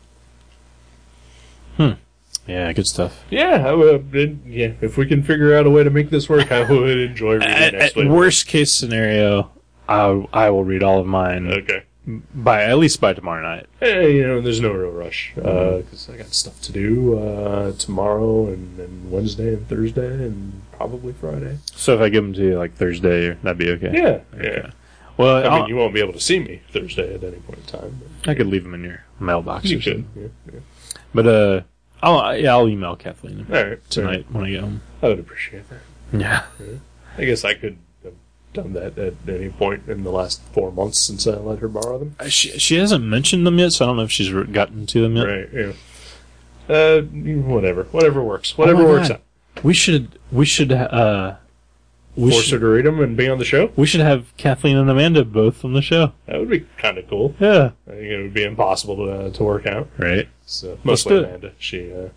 B: Yeah, good stuff.
A: Yeah, I would, it- yeah, if we can figure out a way to make this work, I would enjoy reading
B: At,
A: next
B: at
A: week.
B: worst case scenario, I, I will read all of mine
A: Okay.
B: by at least by tomorrow night.
A: Eh, you know, there's no real rush
B: Mm-hmm.
A: because I got stuff to do uh, tomorrow and, and Wednesday and Thursday and probably Friday.
B: So if I give them to you like Thursday, that'd be okay.
A: Yeah, yeah.
B: Well,
A: I
B: I'll-
A: mean, you won't be able to see me Thursday at any point in time. but
B: I could leave them in your mailbox.
A: You
B: or
A: could.
B: something.
A: Yeah, yeah.
B: But uh, I'll yeah, I'll email Kathleen
A: All right. all right.
B: tonight when I get home.
A: I would appreciate that.
B: Yeah.
A: I guess I could have done that at any point in the last four months since I let her borrow them.
B: Uh, She she hasn't mentioned them yet, so I don't know if she's re- gotten to them yet.
A: Right. Yeah. Uh, whatever. Whatever works. Whatever
B: Oh my
A: works
B: God.
A: out.
B: We should we should uh we
A: Force her
B: should,
A: to read them and be on the show.
B: we should have Kathleen and Amanda both on the show.
A: That would be kind of cool.
B: Yeah.
A: I think it would be impossible to, uh, to work out.
B: Right.
A: So
B: Let's
A: mostly
B: do it.
A: Amanda. She uh,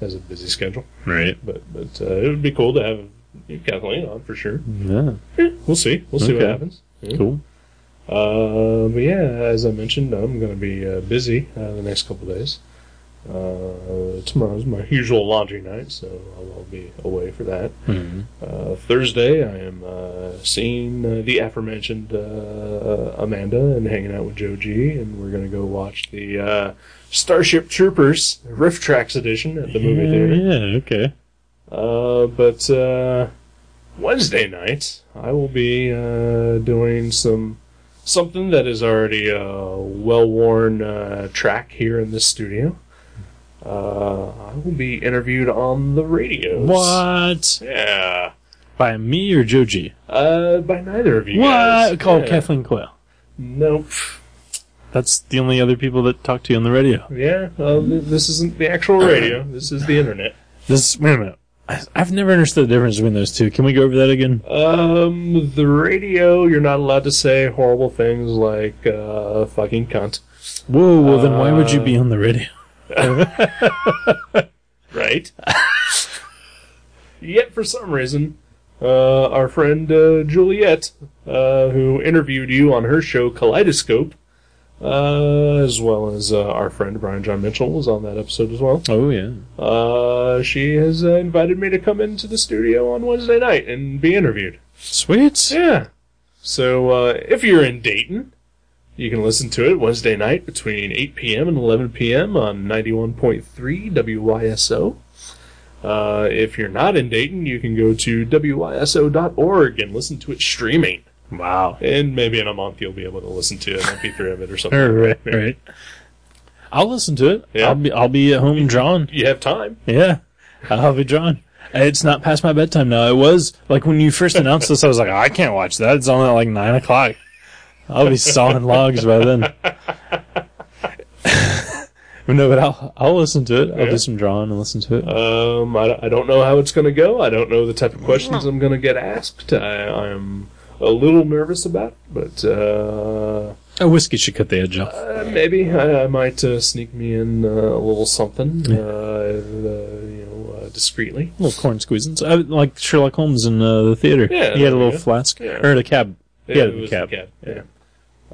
A: has a busy schedule,
B: Right.
A: but but uh, it would be cool to have Kathleen on for sure.
B: Yeah.
A: Yeah, we'll see. We'll see what
B: Okay.
A: happens. Yeah.
B: Cool.
A: Uh, but yeah, as I mentioned, I'm going to be uh, busy uh, the next couple days. Uh, tomorrow's my usual laundry night, so I'll, I'll be away for that.
B: hmm
A: Uh, Thursday, I am uh, seeing uh, the aforementioned uh, Amanda and hanging out with Joe G, and we're going to go watch the uh, Starship Troopers Riff Tracks edition at the movie theater.
B: Yeah. Okay.
A: Uh, but uh, Wednesday night, I will be uh, doing some something that is already a well-worn uh, track here in this studio. Uh, I will be interviewed on the radio.
B: What?
A: Yeah.
B: By me or Joji?
A: Uh, by neither of you guys.
B: What? Call
A: Yeah.
B: Kathleen Coyle.
A: Nope.
B: That's the only other people that talk to you on the radio.
A: Yeah, uh, th- this isn't the actual radio. This is the internet.
B: This wait a minute. I, I've never understood the difference between those two. Can we go over that again?
A: Um, the radio, you're not allowed to say horrible things like, uh, fucking cunt.
B: Whoa, well then why would you be on the radio?
A: Right? Yet, for some reason, uh, our friend uh, Juliet, uh, who interviewed you on her show Kaleidoscope, uh, as well as uh, our friend Brian John Mitchell was on that episode as well.
B: Oh yeah.
A: Uh, she has uh, invited me to come into the studio on Wednesday night and be interviewed.
B: Sweet.
A: Yeah. So uh, if you're in Dayton, you can listen to it Wednesday night between 8 p.m. and 11 p.m. on 91.3 WYSO. Uh, if you're not in Dayton, you can go to WYSO.org and listen to it streaming.
B: Wow.
A: And maybe in a month you'll be able to listen to an MP3 of it or something.
B: Right, right. I'll listen to it.
A: Yeah.
B: I'll be I'll be at home drawing.
A: You have time.
B: Yeah. I'll be drawing. It's not past my bedtime now. It was like when you first announced this, I was like, I can't watch that. It's on at like nine o'clock. I'll be sawing logs by then. no, but I'll I'll listen to it. I'll
A: Yeah.
B: do some drawing and listen to it.
A: Um, I, I don't know how it's going to go. I don't know the type of questions I'm going to get asked. I, I'm a little nervous about, but uh,
B: A whiskey should cut the edge off.
A: Uh, maybe I, I might uh, sneak me in uh, a little something, uh, uh, you know, uh, discreetly.
B: little corn squeezins, I, like Sherlock Holmes in uh, the theater.
A: Yeah,
B: he had a little
A: yeah.
B: flask
A: Yeah.
B: or a cab. He had
A: it
B: a
A: was
B: cab.
A: the Yeah.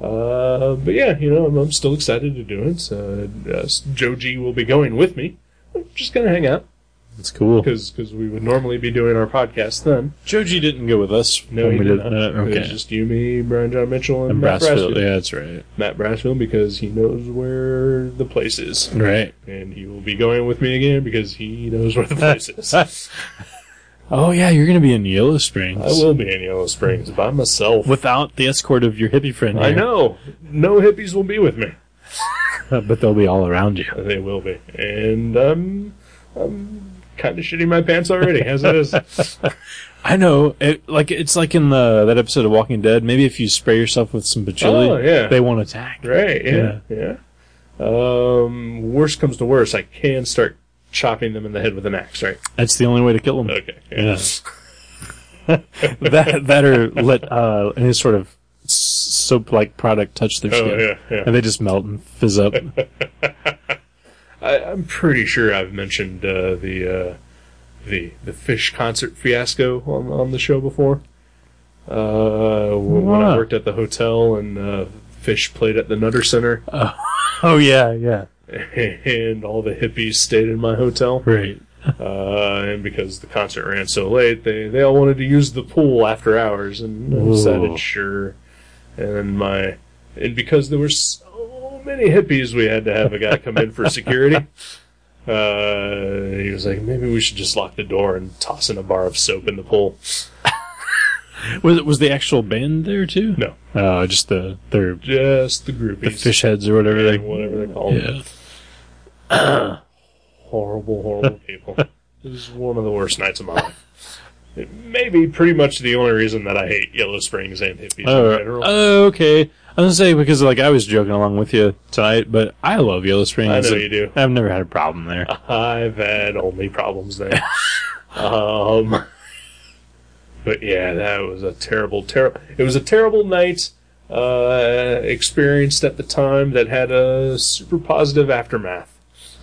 A: Uh, but yeah, you know, I'm, I'm still excited to do it. So, uh, Joe G will be going with me. I'm just gonna hang out
B: It's cool.
A: because we would normally be doing our podcast then.
B: Joji didn't go with us.
A: No,
B: when
A: he
B: we
A: did
B: did.
A: not. It
B: uh, okay.
A: was just you, me, Brian John Mitchell, and,
B: And
A: Matt
B: Brassfield.
A: Brassfield.
B: Yeah, that's right.
A: Matt Brassfield because he knows where the place is,
B: Right.
A: and he will be going with me again because he knows where the place is.
B: oh yeah, you're gonna be in Yellow Springs.
A: I will be in Yellow Springs by myself.
B: Without the escort of your hippie friend.
A: I
B: here.
A: know. No hippies will be with me.
B: Uh, but they'll be all around you.
A: They will be. And um, I'm kind of shitting my pants already, as it is.
B: I know. It, like it's like in the that episode of Walking Dead. Maybe if you spray yourself with some patchouli,
A: Oh, yeah.
B: they won't attack.
A: Right, yeah, yeah. Um, worst comes to worst, I can start chopping them in the head with an axe, right?
B: That's the only way to kill them.
A: Okay.
B: Yeah. that that or let uh, any sort of soap like product touch their
A: Oh,
B: skin,
A: yeah, yeah.
B: and they just melt and fizz up.
A: I, I'm pretty sure I've mentioned uh, the uh, the the fish concert fiasco on on the show before. Uh, w- when I
B: Wow.
A: worked at the hotel and uh, Fish played at the Nutter Center,
B: oh yeah, yeah,
A: and all the hippies stayed in my hotel.
B: right.
A: Uh, and because the concert ran so late, they, they all wanted to use the pool after hours, and I
B: Ooh.
A: decided sure. And then my and because there were so many hippies, we had to have a guy come in for security. Uh, he was like, maybe we should just lock the door and toss in a bar of soap in the pool.
B: Was was the actual band there too?
A: No,
B: Oh, just the their
A: just the groupies,
B: the fish heads or whatever
A: and
B: they.
A: whatever they call them.
B: Yeah.
A: Horrible, horrible people. It was one of the worst nights of my life. It may be pretty much the only reason that I hate Yellow Springs and hippies in
B: Oh,
A: general.
B: oh, okay. I was gonna say because like I was joking along with you tonight, but I love Yellow Springs.
A: I know you do.
B: I've never had a problem there.
A: I've had only problems there. um, but yeah, that was a terrible, terrible. It was a terrible night uh, experienced at the time that had a super positive aftermath.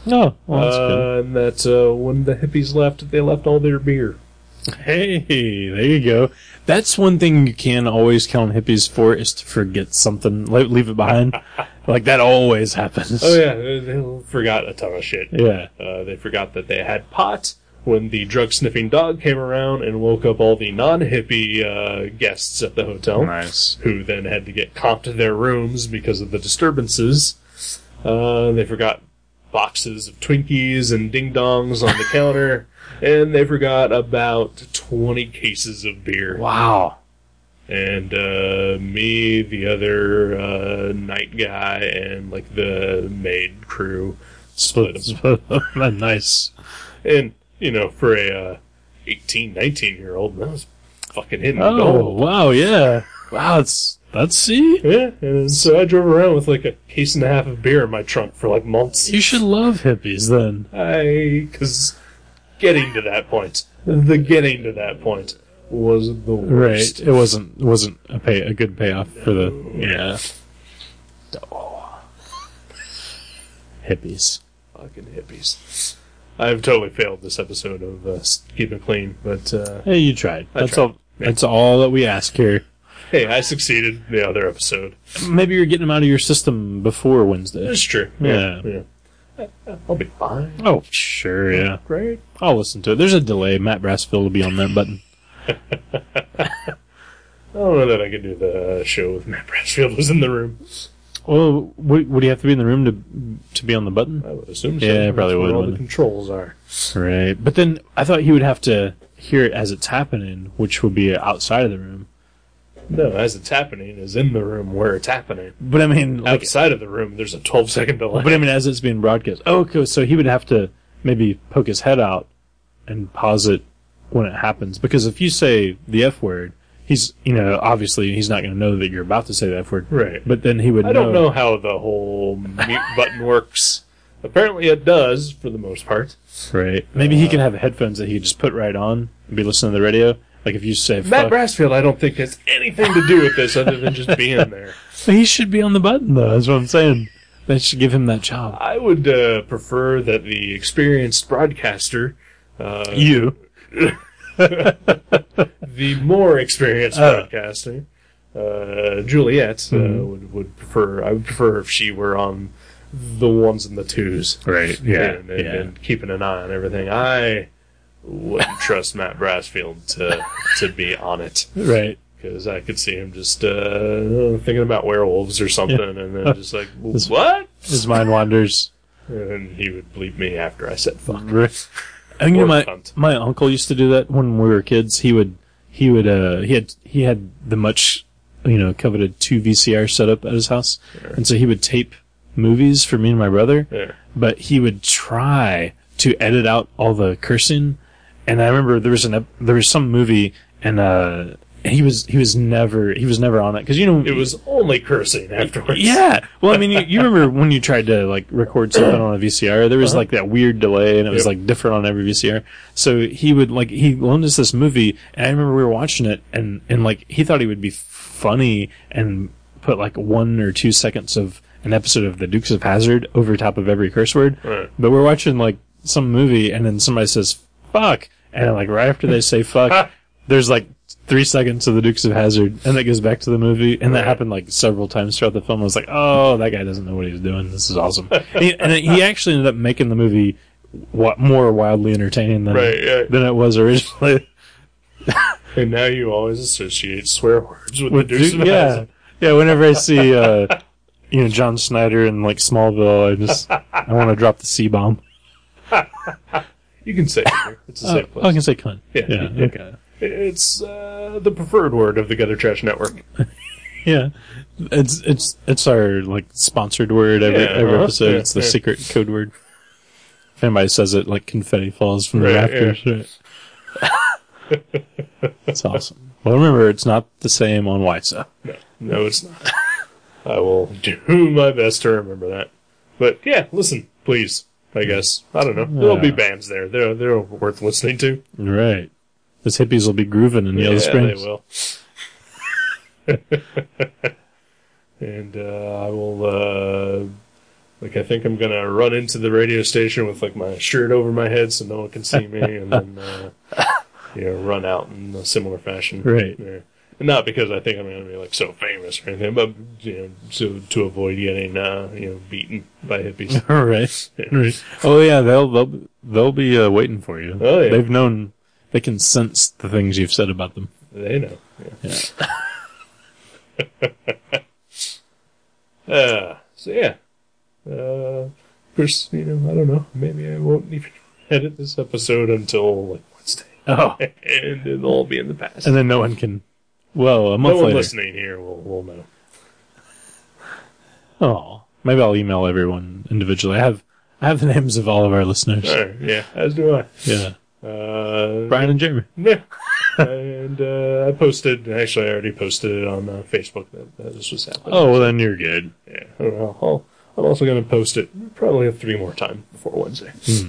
B: No, well, that's
A: Uh, and that uh, when the hippies left, they left all their beer.
B: good. Hey, there you go. That's one thing you can always count on hippies for is to forget something, le- leave it behind. like that always happens.
A: Oh yeah, they, they forgot a ton of shit.
B: yeah.
A: Uh, they forgot that they had pot when the drug sniffing dog came around and woke up all the non hippie uh, guests at the hotel.
B: Nice.
A: Who then had to get comped to their rooms because of the disturbances. Uh, they forgot boxes of Twinkies and ding dongs on the counter. And they forgot about 20 cases of beer.
B: Wow.
A: And uh, me, the other uh, night guy, and like the maid crew split 'em
B: nice.
A: and you know for a uh, 18 19 year old that was fucking hitting the
B: Oh
A: goal
B: wow, yeah. Wow, it's that's see.
A: yeah and so i drove around with like a case and a half of beer in my trunk for like months
B: You should love hippies then.
A: i because getting to that point the getting to that point was the
B: Right.
A: worst
B: It wasn't it wasn't a pay a good payoff for the yeah. Hippies.
A: fucking hippies i've totally failed this episode of uh, keep it clean but uh,
B: Hey, you tried.
A: I
B: that's
A: tried.
B: all. That's all that we ask here.
A: hey i succeeded the other episode
B: Maybe you're getting them out of your system before Wednesday.
A: it's true
B: Yeah.
A: yeah. yeah. i'll be fine
B: Oh, sure, yeah.
A: great
B: I'll listen to it. There's a delay. Matt Brassfield will be on that button.
A: i don't know that Oh, i could do the show if matt brassfield was in the room
B: Well, would, would he have to be in the room to to be on the button?
A: I would assume so.
B: Yeah, it probably
A: That's where
B: would,
A: All the
B: wouldn't it?
A: controls are.
B: Right. But then I thought he would have to hear it as it's happening, which would be outside of the room.
A: No, as it's happening is in the room where it's happening.
B: But I mean, like,
A: Outside of the room, there's a 12 second delay.
B: But I mean, as it's being broadcast. Oh, okay. So he would have to maybe poke his head out and pause it when it happens. Because if you say the F word, he's, you know, obviously he's not going to know that you're about to say the F word.
A: Right.
B: But then he would
A: I don't know how the whole mute button works. Apparently, it does for the most part.
B: Right. Maybe he could have headphones that he could just put right on and be listening to the radio. Like if you say
A: Matt
B: fuck,
A: Brassfield, I don't think has anything to do with this other than just being there.
B: he should be on the button though. That's what I'm saying. They should give him that job.
A: I would uh, prefer that the experienced broadcaster, uh,
B: You.
A: the more experienced
B: Oh.
A: broadcaster, uh, Juliet, uh,
B: Mhm.
A: would, would prefer. I would prefer if she were on the ones and the twos,
B: Right.
A: and, and, and keeping an eye on everything. I wouldn't trust Matt Brassfield to to be on it.
B: Right.
A: because I could see him just uh, thinking about werewolves or something, and then just like
B: This-
A: what?
B: His mind wanders.
A: And he would bleep me after I said fuck.
B: I think
A: Or
B: my
A: cunt.
B: my uncle used to do that when we were kids. He would he would uh he had he had the much you know coveted two VCR setup at his house, and so he would tape movies for me and my brother.
A: There.
B: But he would try to edit out all the cursing, and I remember there was an ep- there was some movie and uh he was he was never he was never on it because you know
A: It was only cursing afterwards.
B: yeah. Well, I mean, you, you remember when you tried to like record something on a VCR? There was like that weird delay, and it was
A: Yep.
B: like different on every VCR. So he would like he loaned us this movie, and I remember we were watching it, and and like he thought he would be funny and put like one or two seconds of an episode of The Dukes of Hazard over top of every curse word.
A: Right.
B: But we're watching like some movie, and then somebody says "fuck," and like right after they say "fuck," there's like three seconds of the Dukes of Hazard, and that goes back to the movie, and that
A: Right.
B: happened like several times throughout the film. I was like, "Oh, that guy doesn't know what he's doing. This is awesome." and, he, and he actually ended up making the movie wa- more wildly entertaining than
A: Right, yeah.
B: than it was originally.
A: And now you always associate swear words with,
B: With
A: the Deuce
B: Duke-
A: of
B: yeah,
A: Hazzard.
B: yeah. Whenever I see uh, you know John Snyder in like Smallville, I just I want to drop the C bomb.
A: You can say it here. It's a
B: Oh,
A: safe
B: oh, I
A: place.
B: can say cunt.
A: Yeah.
B: yeah okay.
A: It's uh, the preferred word of the Gutter Trash Network.
B: Yeah, it's it's it's our like sponsored word every
A: Yeah,
B: every
A: uh-huh.
B: episode.
A: Yeah,
B: it's the
A: yeah.
B: secret code word. If anybody says it, like confetti falls from the
A: Right,
B: rafters. Right. It's awesome. Well, remember, it's not the same on WISA.
A: No, it's not. I will do my best to remember that. But yeah, listen, please. I guess I don't know. There'll be
B: Yeah.
A: bands there. They're they're worth listening to.
B: Right. Those hippies will be grooving in Yellow
A: yeah,
B: Springs.
A: they will. and uh, I will, uh, like, I think I'm gonna run into the radio station with like my shirt over my head so no one can see me, and then uh, you know run out in a similar fashion,
B: Right.
A: Yeah. And Not because I think I'm gonna be like so famous or anything, but you know, to to avoid getting uh, you know beaten by hippies.
B: right. right. Oh yeah, they'll they'll be- they'll be uh, waiting for you.
A: Oh, yeah.
B: They've known. They can sense the things you've said about them.
A: They know. Yeah. uh, so yeah. Uh, of course, you know, I don't know. Maybe I won't even edit this episode until like Wednesday,
B: Oh,
A: and it'll all be in the past.
B: and then no one can. Well, a
A: no
B: month
A: one
B: later.
A: listening here will will know.
B: Oh, maybe I'll email everyone individually. I have I have the names of all of our listeners.
A: All right, yeah, as do I.
B: Yeah,
A: Uh,
B: Brian and Jeremy.
A: Yeah. and uh, I posted. Actually, I already posted it on uh, Facebook that, that this was happening.
B: Oh, well then you're good.
A: Yeah, I don't know. I'll, I'm also going to post it probably three more times before Wednesday.
B: Just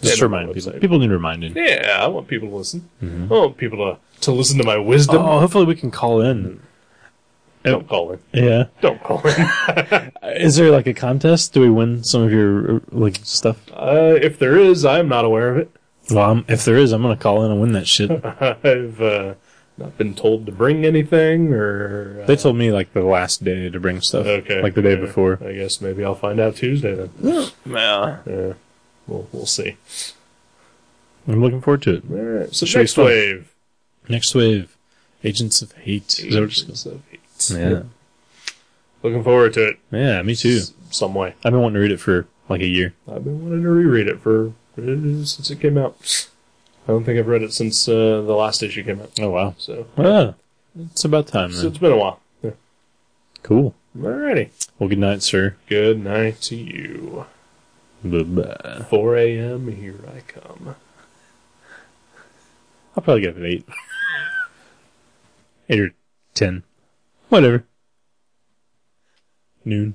A: Yeah,
B: to remind
A: no,
B: people.
A: website.
B: People need reminding.
A: Yeah, I want people to listen. I want people to, to listen to my wisdom.
B: Mm-hmm. Oh, hopefully we can call in.
A: Don't call in.
B: Yeah.
A: Don't call in.
B: Is there like a contest? Do we win some of your like stuff?
A: uh, if there is, I'm not aware of it.
B: Well, I'm, if there is, I'm gonna call in and win that shit.
A: I've uh, not been told to bring anything, or uh,
B: They told me like the last day to bring stuff.
A: okay,
B: Like the day
A: yeah.
B: before.
A: I guess maybe I'll find out Tuesday then.
B: Yeah.
A: Yeah, we'll we'll see.
B: I'm looking forward to it.
A: All right. So
B: Should we
A: next
B: start?
A: wave.
B: Next wave, Agents of Hate. Is that what it's called?
A: Agents of Hate.
B: Yeah.
A: Looking forward to it.
B: Yeah. Me too.
A: s- Some way.
B: I've been wanting to read it for like a year.
A: I've been wanting to reread it for since it came out. I don't think I've read it since uh, the last issue came out.
B: Oh wow.
A: So
B: Ah, it's about time.
A: So
B: Then.
A: it's been a while. Yeah.
B: Cool.
A: Alrighty.
B: Well, good night, sir.
A: Good night to you.
B: Bye bye.
A: 4 a.m. Here I come.
B: I'll probably get up at eight, eight or ten, whatever. Noon.